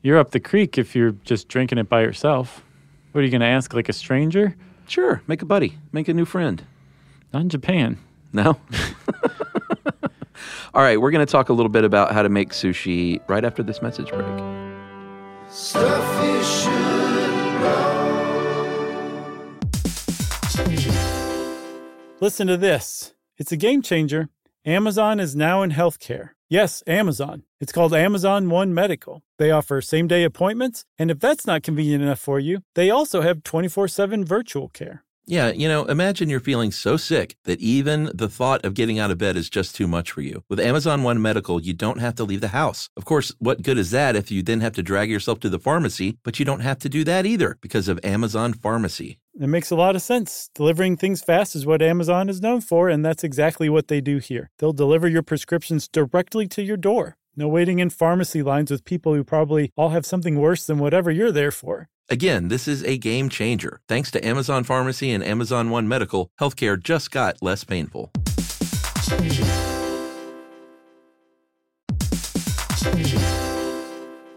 you're up the creek if you're just drinking it by yourself. What are you going to ask, like a stranger? sure. Make a buddy. Make a new friend. Not in Japan. [LAUGHS] No. All right, we're going to talk a little bit about how to make sushi right after this message break. Stuff you should know. Listen to this. It's a game changer. Amazon is now in healthcare. Yes, Amazon. It's called Amazon One Medical. They offer same day appointments, and if that's not convenient enough for you, they also have 24 7 virtual care. Yeah, you know, imagine you're feeling so sick that even the thought of getting out of bed is just too much for you. With Amazon One Medical, you don't have to leave the house. Of course, what good is that if you then have to drag yourself to the pharmacy, but you don't have to do that either because of Amazon Pharmacy. It makes a lot of sense. Delivering things fast is what Amazon is known for, and that's exactly what they do here. They'll deliver your prescriptions directly to your door. No waiting in pharmacy lines with people who probably all have something worse than whatever you're there for. Again, this is a game changer. Thanks to Amazon Pharmacy and Amazon One Medical, healthcare just got less painful.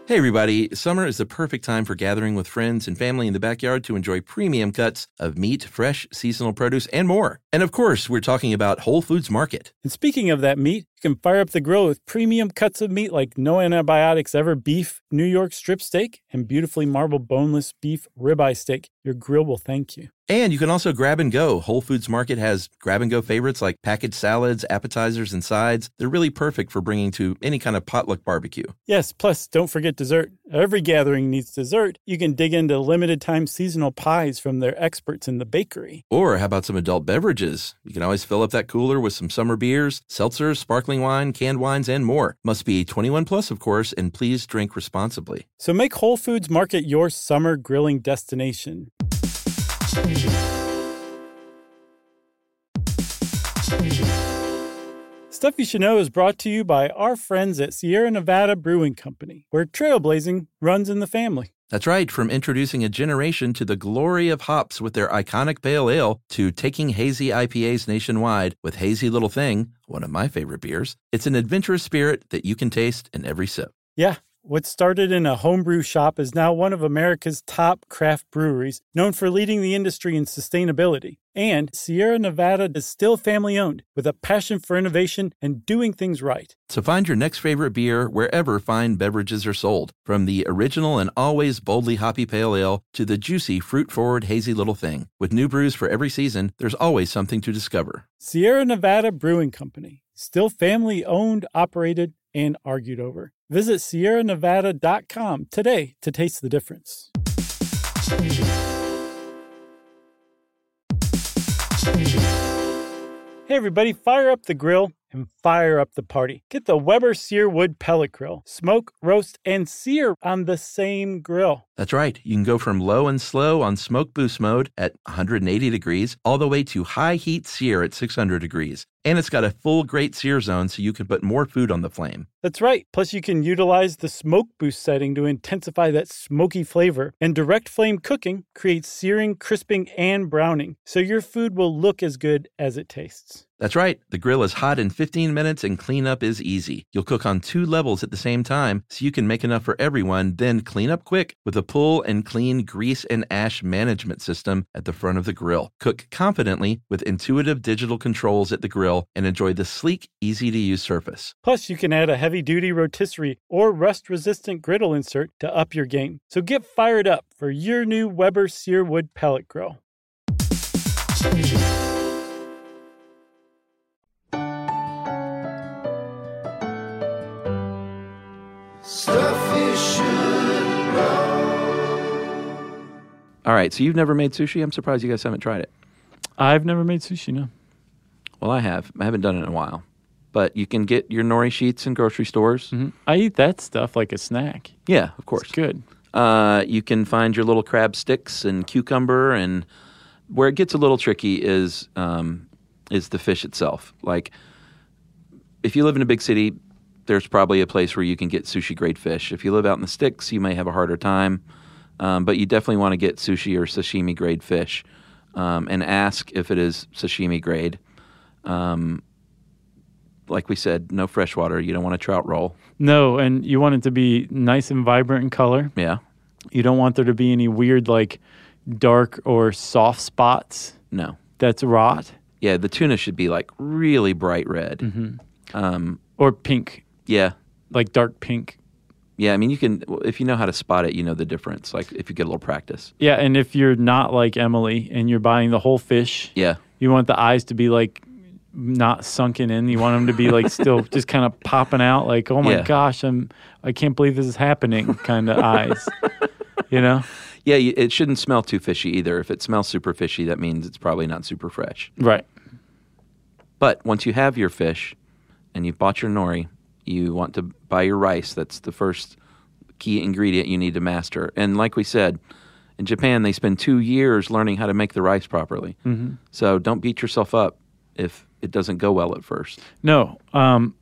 Hey, everybody. Summer is the perfect time for gathering with friends and family in the backyard to enjoy premium cuts of meat, fresh, seasonal produce, and more. And of course, we're talking about Whole Foods Market. And speaking of that meat, you can fire up the grill with premium cuts of meat like no antibiotics ever beef, New York strip steak, and beautifully marbled boneless beef ribeye steak. Your grill will thank you. And you can also grab and go. Whole Foods Market has grab and go favorites like packaged salads, appetizers, and sides. They're really perfect for bringing to any kind of potluck barbecue. Yes, plus don't forget dessert. Every gathering needs dessert. You can dig into limited time seasonal pies from their experts in the bakery. Or how about some adult beverages? You can always fill up that cooler with some summer beers, seltzers, sparkling wine, canned wines, and more. Must be 21 plus, of course, and please drink responsibly. So make Whole Foods Market your summer grilling destination. Stuff You Should Know is brought to you by our friends at Sierra Nevada Brewing Company, where trailblazing runs in the family. That's right, from introducing a generation to the glory of hops with their iconic pale ale to taking hazy IPAs nationwide with Hazy Little Thing, one of my favorite beers. It's an adventurous spirit that you can taste in every sip. Yeah, what started in a homebrew shop is now one of America's top craft breweries, known for leading the industry in sustainability. And Sierra Nevada is still family owned, with a passion for innovation and doing things right. So find your next favorite beer wherever fine beverages are sold, from the original and always boldly hoppy pale ale to the juicy fruit forward hazy little thing. With new brews for every season, there's always something to discover. Sierra Nevada Brewing Company, still family owned, operated, and argued over. Visit sierranevada.com today to taste the difference. Hey everybody, fire up the grill and fire up the party. Get the Weber Sear Wood Pellet Grill. Smoke, roast, and sear on the same grill. That's right, you can go from low and slow on smoke boost mode at 180 degrees all the way to high heat sear at 600 degrees. And it's got a full great sear zone so you can put more food on the flame. That's right. Plus, you can utilize the smoke boost setting to intensify that smoky flavor. And direct flame cooking creates searing, crisping, and browning, so your food will look as good as it tastes. That's right. The grill is hot in 15 minutes and cleanup is easy. You'll cook on two levels at the same time so you can make enough for everyone, then clean up quick with a pull and clean grease and ash management system at the front of the grill. Cook confidently with intuitive digital controls at the grill and enjoy the sleek, easy to use surface. Plus, you can add a heavy duty rotisserie or rust resistant griddle insert to up your game. So get fired up for your new Weber Searwood pellet grill. Stuff you should know. All right, so you've never made sushi? I'm surprised you guys haven't tried it. I've never made sushi, no. Well, I have. I haven't done it in a while. But you can get your nori sheets in grocery stores. I eat that stuff like a snack. Yeah, of It's course. good. Uh, you can find your little crab sticks and cucumber, and where it gets a little tricky is um, is the fish itself. Like, if you live in a big city, there's probably a place where you can get sushi grade fish. If you live out in the sticks, you may have a harder time, um, but you definitely want to get sushi or sashimi grade fish, um, and ask if it is sashimi grade. Um, like we said, no freshwater. You don't want a trout roll. No, and you want it to be nice and vibrant in color. Yeah, You don't want there to be any weird, like dark or soft spots no. that's rot Yeah, the tuna should be like really bright red. Mm-hmm. or pink, Yeah. like dark pink. Yeah. I mean, you can, if you know how to spot it, you know the difference. Like if you get a little practice. Yeah, and if you're not like Emily and you're buying the whole fish, Yeah. you want the eyes to be like not sunken in. You want them to be like still just kind of popping out, like, oh my Yeah. gosh, I'm, I can't believe this is happening kind of eyes. You know? Yeah. You, it shouldn't smell too fishy either. If it smells super fishy, that means it's probably not super fresh. Right. But once you have your fish and you've bought your nori, you want to buy your rice. That's the first key ingredient you need to master. And like we said, in Japan, they spend two years learning how to make the rice properly. Mm-hmm. So don't beat yourself up if it doesn't go well at first. No, um,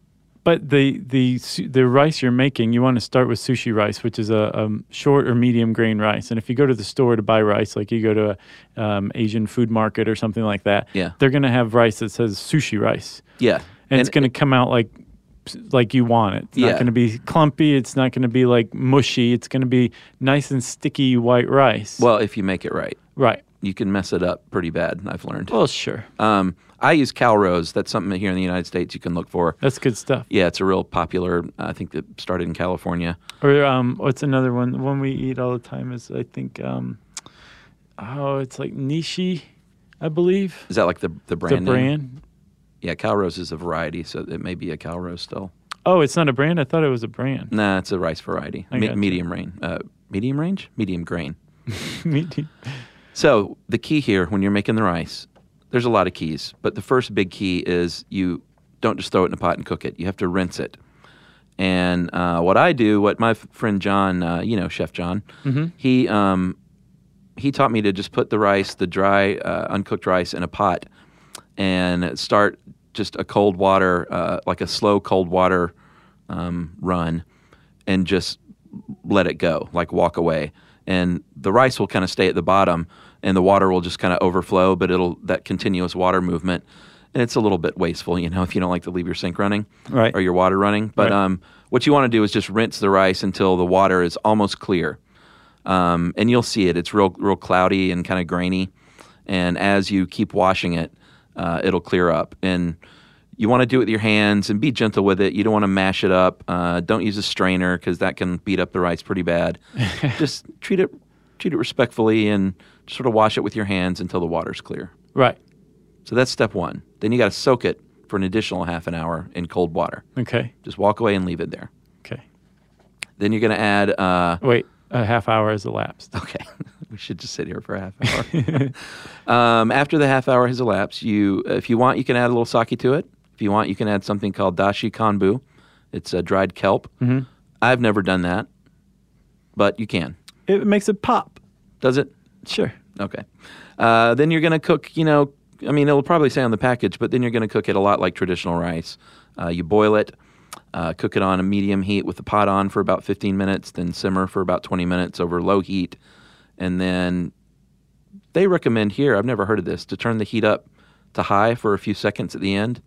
but the the su- the rice you're making, you want to start with sushi rice, which is a um, short or medium grain rice. And if you go to the store to buy rice, like you go to a um, Asian food market or something like that, Yeah. they're gonna have rice that says sushi rice, Yeah. and, it's gonna come out like like you want it. It's Yeah. not gonna be clumpy. It's not gonna be like mushy. It's gonna be nice and sticky white rice. Well, if you make it right, right. you can mess it up pretty bad. I've learned. Well, sure. Um, I use Calrose. That's something here in the United States you can look for. That's good stuff. Yeah, it's a real popular. I think that started in California. Or um, what's another one? The one we eat all the time is I think um, oh, it's like nishi, I believe. Is that like the the brand? the name? brand. Yeah, Calrose is a variety, so it may be a Calrose still. Oh, it's not a brand. I thought it was a [LAUGHS] brand. Nah, it's a rice variety. I Me- gotcha. medium range. Uh, medium range. Medium grain. Me too. So the key here, when you're making the rice, there's a lot of keys, but the first big key is you don't just throw it in a pot and cook it. You have to rinse it. And uh, what I do, what my f- friend John, uh, you know, Chef John, he um, he taught me to just put the rice, the dry, uh, uncooked rice, in a pot, and start just a cold water, uh, like a slow cold water um, run, and just let it go, like walk away. And the rice will kind of stay at the bottom, and the water will just kind of overflow, but it'll that continuous water movement, and it's a little bit wasteful, you know, [LAUGHS] if you don't like to leave your sink running Right. or your water running. But Right. um, what you want to do is just rinse the rice until the water is almost clear, um, and you'll see it. It's real, real cloudy and kind of grainy, and as you keep washing it, uh, it'll clear up. And you want to do it with your hands and be gentle with it. You don't want to mash it up. Uh, don't use a strainer because that can beat up the rice pretty bad. just treat it, treat it respectfully, and sort of wash it with your hands until the water's clear. Right. So that's step one. Then you got to soak it for an additional half an hour in cold water. Okay. Just walk away and leave it there. Okay. Then you're going to add. Uh, Wait. A half hour has [LAUGHS] elapsed. okay, we should just sit here for a half hour. [LAUGHS] um, after the half hour has elapsed, you, if you want, you can add a little sake to it. If you want, you can add something called dashi kanbu. It's a dried kelp. I've never done that, but you can. It makes it pop. Does it? Sure. Okay. Uh, then you're going to cook, you know, I mean, it'll probably say on the package, but then you're going to cook it a lot like traditional rice. Uh, you boil it, uh, cook it on a medium heat with the pot on for about 15 minutes, then simmer for about 20 minutes over low heat. And then they recommend here, I've never heard of this, to turn the heat up to high for a few seconds at the end.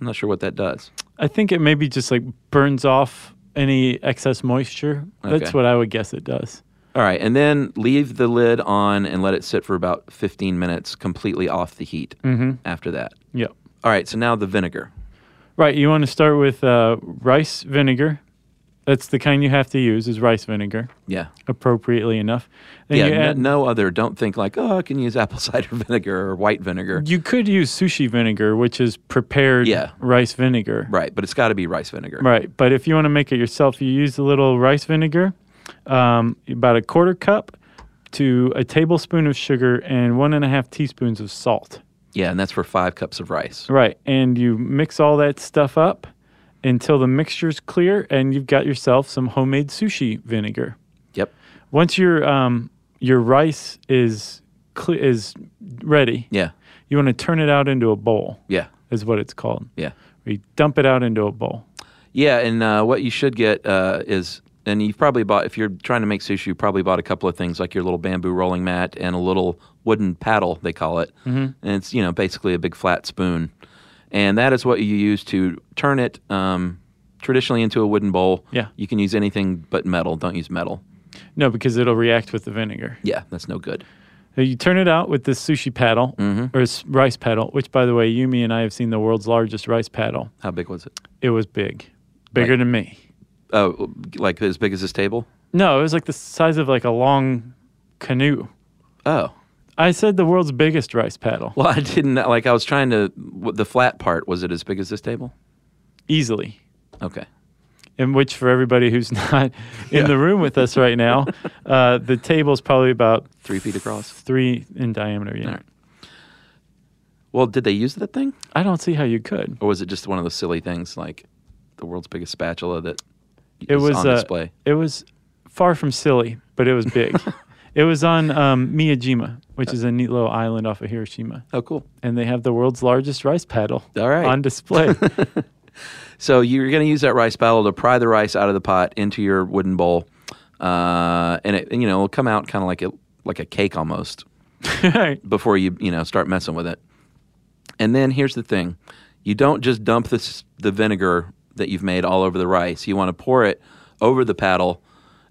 I'm not sure what that does. I think it maybe just like burns off any excess moisture. That's Okay. what I would guess it does. All right, and then leave the lid on and let it sit for about 15 minutes completely off the heat after that. Yep. All right, so now the vinegar. Right. You want to start with uh, rice vinegar. That's the kind you have to use is rice vinegar, Yeah. appropriately enough. Then yeah, you n- add no other. Don't think like, oh, I can use apple [LAUGHS] cider vinegar or white vinegar. You could use sushi vinegar, which is prepared Yeah. rice vinegar. Right, but it's got to be rice vinegar. Right, But if you want to make it yourself, you use a little rice vinegar, um, about a quarter cup to a tablespoon of sugar and one and a half teaspoons of salt. Yeah, and that's for five cups of rice. Right. And you mix all that stuff up until the mixture's clear and you've got yourself some homemade sushi vinegar. Yep. Once your um, your rice is cle- is ready, Yeah. you want to turn it out into a bowl. Yeah. Is what it's called. Yeah. We dump it out into a bowl. Yeah, and uh, what you should get uh, is, and you've probably bought, if you're trying to make sushi, you probably bought a couple of things like your little bamboo rolling mat and a little wooden paddle, they call it. And it's, you know, basically a big flat spoon. And that is what you use to turn it um, traditionally into a wooden bowl. Yeah. You can use anything but metal. Don't use metal. No, because it'll react with the vinegar. Yeah, that's no good. So you turn it out with this sushi paddle or this rice paddle, which, by the way, Yumi and I have seen the world's largest rice paddle. How big was it? It was big, bigger than me. Oh, like as big as this table? No, it was like the size of like a long canoe. Oh. I said the world's biggest rice paddle Well, I didn't, like, I was trying to, w- the flat part, was it as big as this table? easily. Okay. And which, for everybody who's [LAUGHS] not in the room with us right [LAUGHS] now, uh, the table's probably about Three feet across. three in diameter. Yeah. All right. Well, did they use that thing? I don't see how you could. Or was it just one of those silly things like the world's biggest spatula that it was on uh, display? It was far from silly, but it was big. [LAUGHS] it was on um, Miyajima, which is a neat little island off of Hiroshima, Oh, cool. and they have the world's largest rice paddle All right. on [LAUGHS] display. So you're going to use that rice paddle to pry the rice out of the pot into your wooden bowl, uh, and it and, you know it'll come out kind of like a like a cake almost Right. before you you know start messing with it. And then here's the thing: you don't just dump this the vinegar that you've made all over the rice. You want to pour it over the paddle,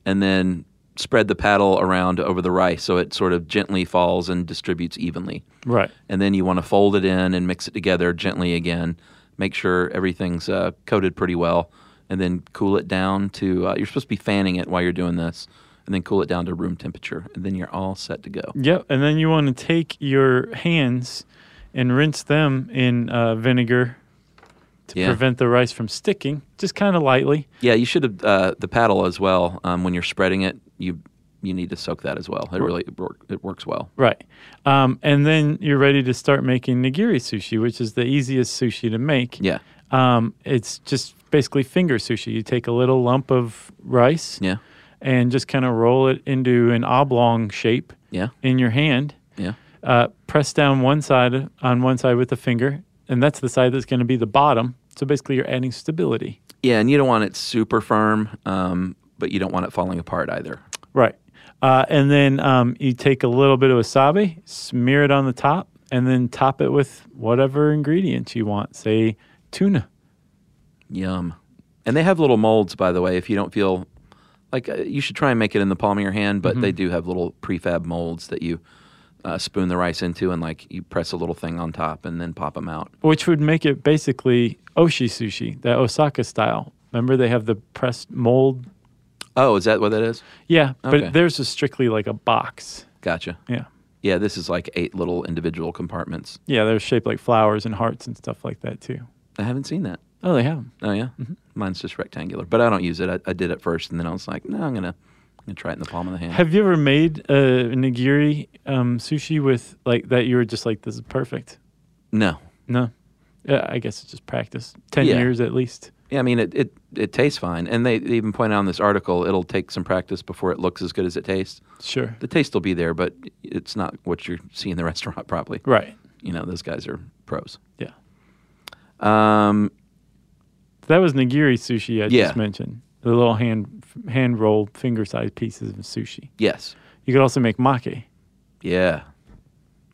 and then spread the paddle around over the rice so it sort of gently falls and distributes evenly. right. And then you want to fold it in and mix it together gently again. Make sure everything's uh, coated pretty well, and then cool it down to. Uh, you're supposed to be fanning it while you're doing this, and then cool it down to room temperature, and then you're all set to go. Yep. And then you want to take your hands and rinse them in uh, vinegar to Yeah. prevent the rice from sticking, just kind of lightly. Yeah, you should have uh, the paddle as well. Um, when you're spreading it, you you need to soak that as well. It really it, work, it works well. Right. Um, and then you're ready to start making nigiri sushi, which is the easiest sushi to make. Yeah, Um, it's just basically finger sushi. You take a little lump of rice yeah, and just kind of roll it into an oblong shape yeah, in your hand. yeah. Uh, press down one side on one side with the finger, and that's the side that's going to be the bottom. So basically, you're adding stability. Yeah, and you don't want it super firm, um, but you don't want it falling apart either. Right. Uh, and then um, you take a little bit of wasabi, smear it on the top, and then top it with whatever ingredients you want. Say tuna. Yum. And they have little molds, by the way. If you don't feel like uh, you should try and make it in the palm of your hand, but they do have little prefab molds that you uh, spoon the rice into, and like you press a little thing on top and then pop them out. which would make it basically oshi sushi, that Osaka style. Remember they have the pressed mold. Oh, is that what that is? Yeah, Okay. but theirs is strictly like a box. Gotcha. Yeah, Yeah, this is like eight little individual compartments. yeah, they're shaped like flowers and hearts and stuff like that too. I haven't seen that. Oh, they have 'em. Oh yeah, mine's just rectangular, but I don't use it. I, I did it first, and then I was like, no, I'm gonna, I'm gonna try it in the palm of the hand. Have you ever made a nigiri um, sushi with like that? You were just like, this is perfect. no, No, yeah, I guess it's just practice. Ten Yeah. years at least. yeah, I mean it, it, it tastes fine, and they, they even point out in this article it'll take some practice before it looks as good as it tastes. Sure. The taste will be there, but it's not what you're seeing in the [LAUGHS] restaurant probably. Right. you know, those guys are pros. Yeah. Um, That was nigiri sushi I Yeah. just mentioned. The little hand hand rolled finger sized pieces of sushi. yes. You could also make maki. Yeah.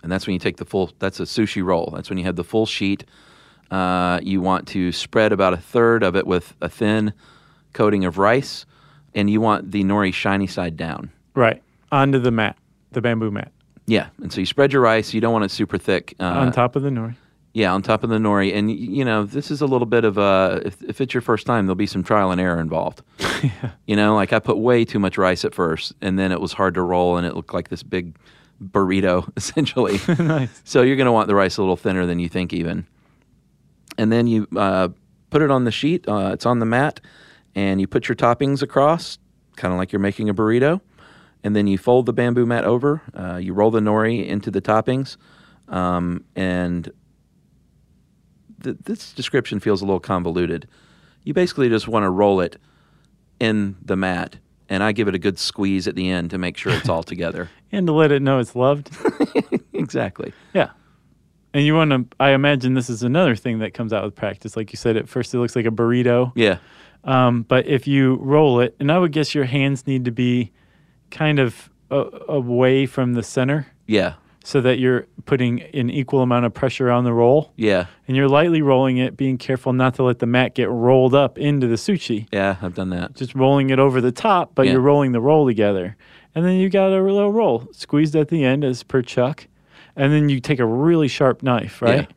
And that's when you take the full, that's a sushi roll. That's when you have the full sheet. Uh, you want to spread about a third of it with a thin coating of rice, and you want the nori shiny side down. Right. Onto the mat, the bamboo mat. Yeah. And so you spread your rice. You don't want it super thick. Uh, on top of the [LAUGHS] nori. Yeah, on top of the nori. And, y- you know, this is a little bit of a, if, if it's your first time, there'll be some trial and error [LAUGHS] involved. You know, like I put way too much rice at first, and then it was hard to roll, and it looked like this big burrito, [LAUGHS] [LAUGHS] essentially. nice. So you're going to want the rice a little thinner than you think, even. And then you uh, put it on the sheet, uh, it's on the mat, and you put your toppings across, kind of like you're making a burrito. And then you fold the bamboo mat over, uh, you roll the nori into the toppings. Um, and th- this description feels a little convoluted. You basically just want to roll it in the mat, and I give it a good squeeze at the end to make sure it's all together. And to let it know it's [LAUGHS] loved. exactly. yeah. And you want to, I imagine this is another thing that comes out with practice. Like you said, at first it looks like a burrito. Yeah. Um, Mm. but if you roll it, and I would guess your hands need to be kind of uh, away from the center Yeah. so that you're putting an equal amount of pressure on the roll. Yeah. And you're lightly rolling it, being careful not to let the mat get rolled up into the sushi. Yeah, I've done that. Just rolling it over the top, but Yeah. you're rolling the roll together. And then you got a little roll squeezed at the end as per chuck. And then you take a really sharp knife, right?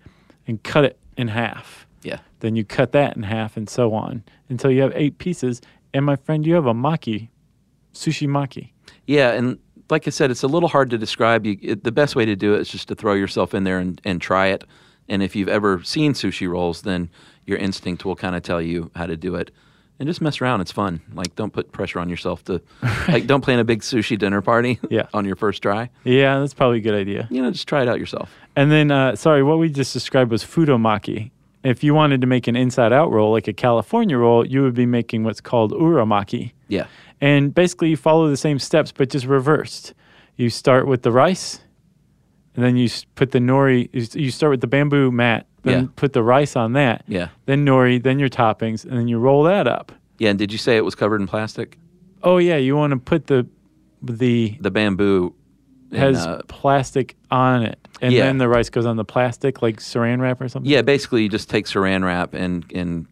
And cut it in half. Yeah. Then you cut that in half and so on until you have eight pieces. And my friend, you have a maki, sushi maki. Yeah, and like I said, it's a little hard to describe. You, it, the best way to do it is just to throw yourself in there and, and try it. And if you've ever seen sushi rolls, then your instinct will kind of tell you how to do it. And just mess around. It's fun. Like, don't put pressure on [LAUGHS] yourself to, like, don't plan a big sushi dinner party Yeah. on your first try. Yeah, that's probably a good idea. You know, just try it out yourself. And then, uh, sorry, what we just described was fudomaki. If you wanted to make an inside out roll, like a California roll, you would be making what's called uramaki. Yeah. And basically, you follow the same steps, but just reversed. You start with the rice, and then you s- put the nori, you s- you start with the bamboo mat, then Yeah. put the rice on that, Yeah. then nori, then your toppings, and then you roll that up. Yeah. And did you say it was covered in plastic? Oh, yeah, you want to put the, the, The bamboo and, has uh, plastic on it. And Yeah. then the rice goes on the plastic, like saran wrap or something? Yeah, basically, you just take saran wrap and and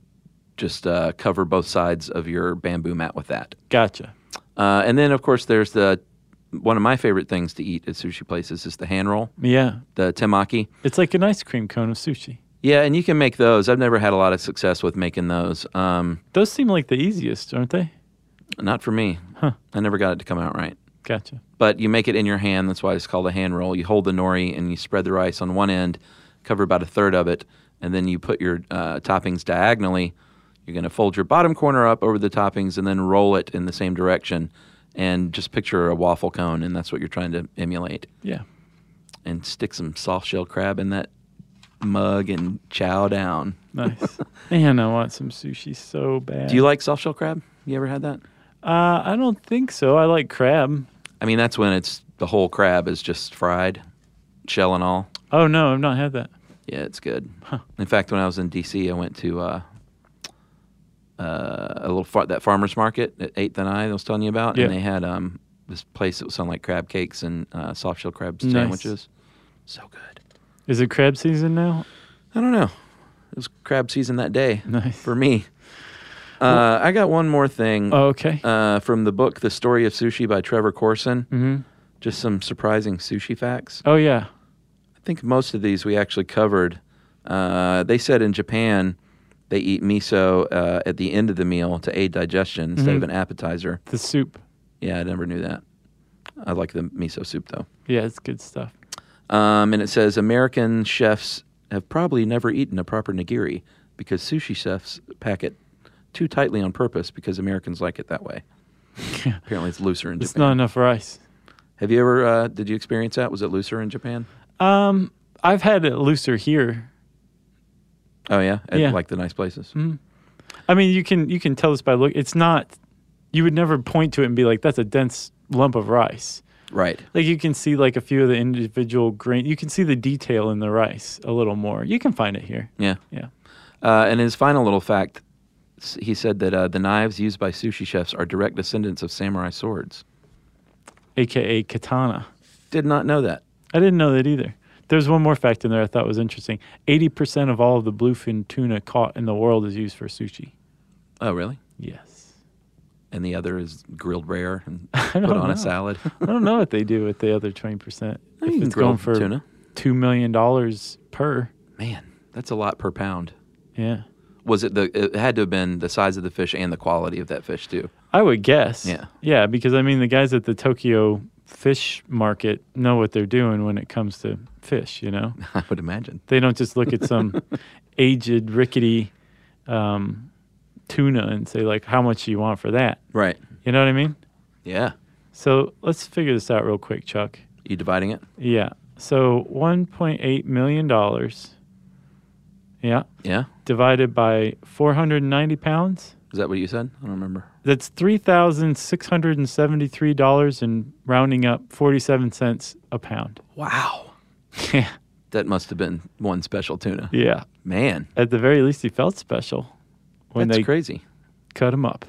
just uh, cover both sides of your bamboo mat with that. Gotcha. Uh, and then, of course, there's the one of my favorite things to eat at sushi places is the hand roll, Yeah. the temaki. It's like an ice cream cone of sushi. Yeah, and you can make those. I've never had a lot of success with making those. Um, Those seem like the easiest, aren't they? not for me. I never got it to come out right. Gotcha. But you make it in your hand. That's why it's called a hand roll. You hold the nori and you spread the rice on one end, cover about a third of it, and then you put your uh, toppings diagonally. You're going to fold your bottom corner up over the toppings and then roll it in the same direction. And just picture a waffle cone, and that's what you're trying to emulate. Yeah. and stick some soft shell crab in that mug and chow down. [LAUGHS] Nice. Man, I want some sushi so bad. Do you like soft shell crab? You ever had that? Uh, I don't think so. I like crab. I mean, that's when it's the whole crab is just fried, shell and all. Oh no, I've not had that. Yeah, it's good. In fact, when I was in D.C., I went to uh, uh, a little far- that farmers market at Eighth and I, that I was telling you about, Yeah. and they had um, this place that was selling like crab cakes and uh, soft shell crab Nice. sandwiches. So good. Is it crab season [LAUGHS] now? I don't know. It was crab season that day Nice. for me. Uh, I got one more thing. Oh, okay. uh, from the book The Story of Sushi by Trevor Corson. Mm-hmm. Just some surprising sushi facts. oh yeah. I think most of these we actually covered. Uh, they said in Japan they eat miso uh, at the end of the meal to aid digestion instead Mm-hmm. of an appetizer. The soup. Yeah, I never knew that. I like the miso soup though. Yeah, it's good stuff. Um, and it says American chefs have probably never eaten a proper nigiri because sushi chefs pack it too tightly on purpose because Americans like it [LAUGHS] that way. Apparently, it's looser in Japan. It's not enough rice. Have you ever? Uh, did you experience that? Was it looser in Japan? I've had it looser here. Oh yeah, at, Yeah. Mm-hmm. like the nice places. I mean, you can you can tell this by look. It's not. You would never point to it and be like, "That's a dense lump of rice." Right. Like you can see like a few of the individual grain. You can see the detail in the rice a little more. You can find it here. Yeah. Yeah. Uh, and his final little fact, s- he said that uh, the knives used by sushi chefs are direct descendants of samurai swords. AKA katana. Did not know that. I didn't know that either. There's one more fact in there I thought was interesting. 80% of all of the bluefin tuna caught in the world is used for sushi. Oh, really? Yes. And the other is grilled rare [LAUGHS] and put don't on know. a salad. [LAUGHS] I don't know what they do with the other 20%. [LAUGHS] you can If it's grill going for tuna. $2 million per. Man, that's a lot per pound. Yeah. Was it the? It had to have been the size of the fish and the quality of that fish too. [LAUGHS] I would guess. Yeah. Yeah, because I mean, the guys at the Tokyo fish market know what they're doing when it comes to fish, you know? I would imagine. They don't just look at some aged, rickety um, tuna and say, like, how much do you want for that? Right. You know what I mean? Yeah. So let's figure this out real quick, Chuck. You dividing it? Yeah. So $1.8 million. Yeah. Yeah. Divided by 490 pounds. Is that what you said? I don't remember. That's three thousand six hundred and seventy-three dollars and rounding up forty-seven cents a pound. Wow. Yeah, That must have been one special tuna. yeah. Man, At the very least, he felt special when that's they crazy. cut him up.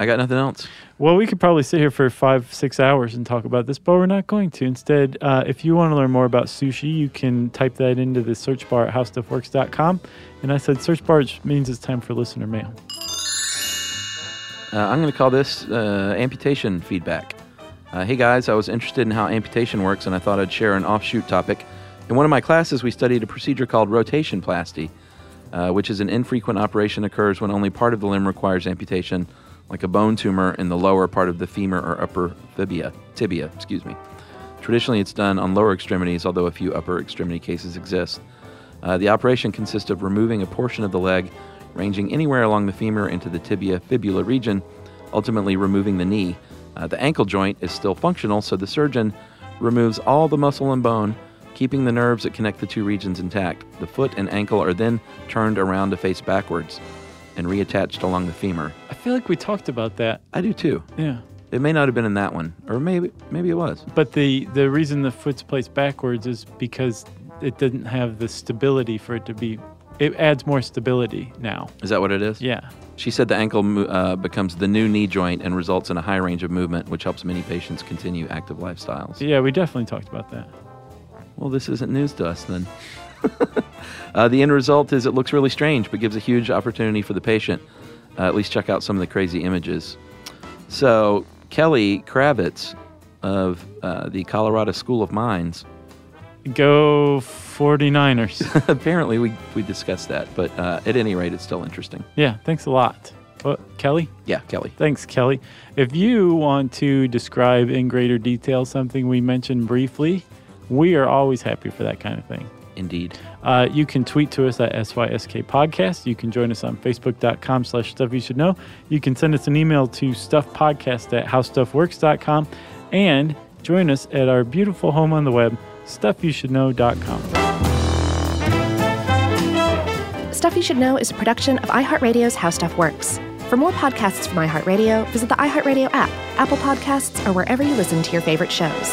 I got nothing else. Well, we could probably sit here for five, six hours and talk about this, but we're not going to. Instead, uh, if you want to learn more about sushi, you can type that into the search bar at howstuffworks.com. And I said search bar which means it's time for listener mail. Uh, I'm going to call this uh, amputation feedback. Uh, hey guys, I was interested in how amputation works and I thought I'd share an offshoot topic. In one of my classes, we studied a procedure called rotation plasty, uh, which is an infrequent operation occurs when only part of the limb requires amputation, like a bone tumor in the lower part of the femur or upper fibia, tibia, excuse me. Traditionally, it's done on lower extremities, although a few upper extremity cases exist. Uh, the operation consists of removing a portion of the leg, ranging anywhere along the femur into the tibia fibula region, ultimately removing the knee. Uh, the ankle joint is still functional, so the surgeon removes all the muscle and bone, keeping the nerves that connect the two regions intact. The foot and ankle are then turned around to face backwards and reattached along the femur. I feel like we talked about that. I do too. Yeah. It may not have been in that one, or maybe maybe it was. But the the reason the foot's placed backwards is because it didn't have the stability for it to be. It adds more stability now. Is that what it is? Yeah. She said the ankle mo- uh, becomes the new knee joint and results in a high range of movement, which helps many patients continue active lifestyles. Yeah, we definitely talked about that. Well, this isn't news to us then. [LAUGHS] uh, the end result is it looks really strange, but gives a huge opportunity for the patient. Uh, at least check out some of the crazy images. So, Kelly Kravitz of uh, the Colorado School of Mines [LAUGHS] Go [LAUGHS] 49ers. apparently we, we discussed that, but uh, at any rate, it's still interesting. yeah, thanks a lot. What, Kelly? Yeah, Kelly. Thanks, Kelly. If you want to describe in greater detail something we mentioned briefly, we are always happy for that kind of thing. Indeed. Uh, you can tweet to us at SYSK Podcast. You can join us on Facebook.com slash Stuff You Should Know. You can send us an email to stuffpodcast at howstuffworks.com and join us at our beautiful home on the web, stuffyoushouldknow.com. Stuff You Should Know is a production of iHeartRadio's How Stuff Works. For more podcasts from iHeartRadio, visit the iHeartRadio app, Apple Podcasts, or wherever you listen to your favorite shows.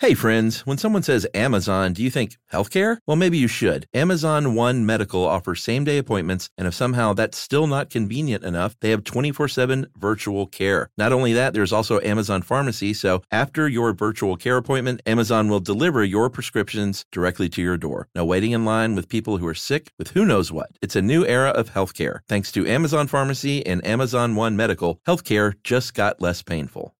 Hey friends, when someone says Amazon, do you think healthcare? Well, maybe you should. Amazon One Medical offers same day appointments, and if somehow that's still not convenient enough, they have 24 7 virtual care. Not only that, there's also Amazon Pharmacy, so after your virtual care appointment, Amazon will deliver your prescriptions directly to your door. No waiting in line with people who are sick with who knows what. It's a new era of healthcare. Thanks to Amazon Pharmacy and Amazon One Medical, healthcare just got less painful.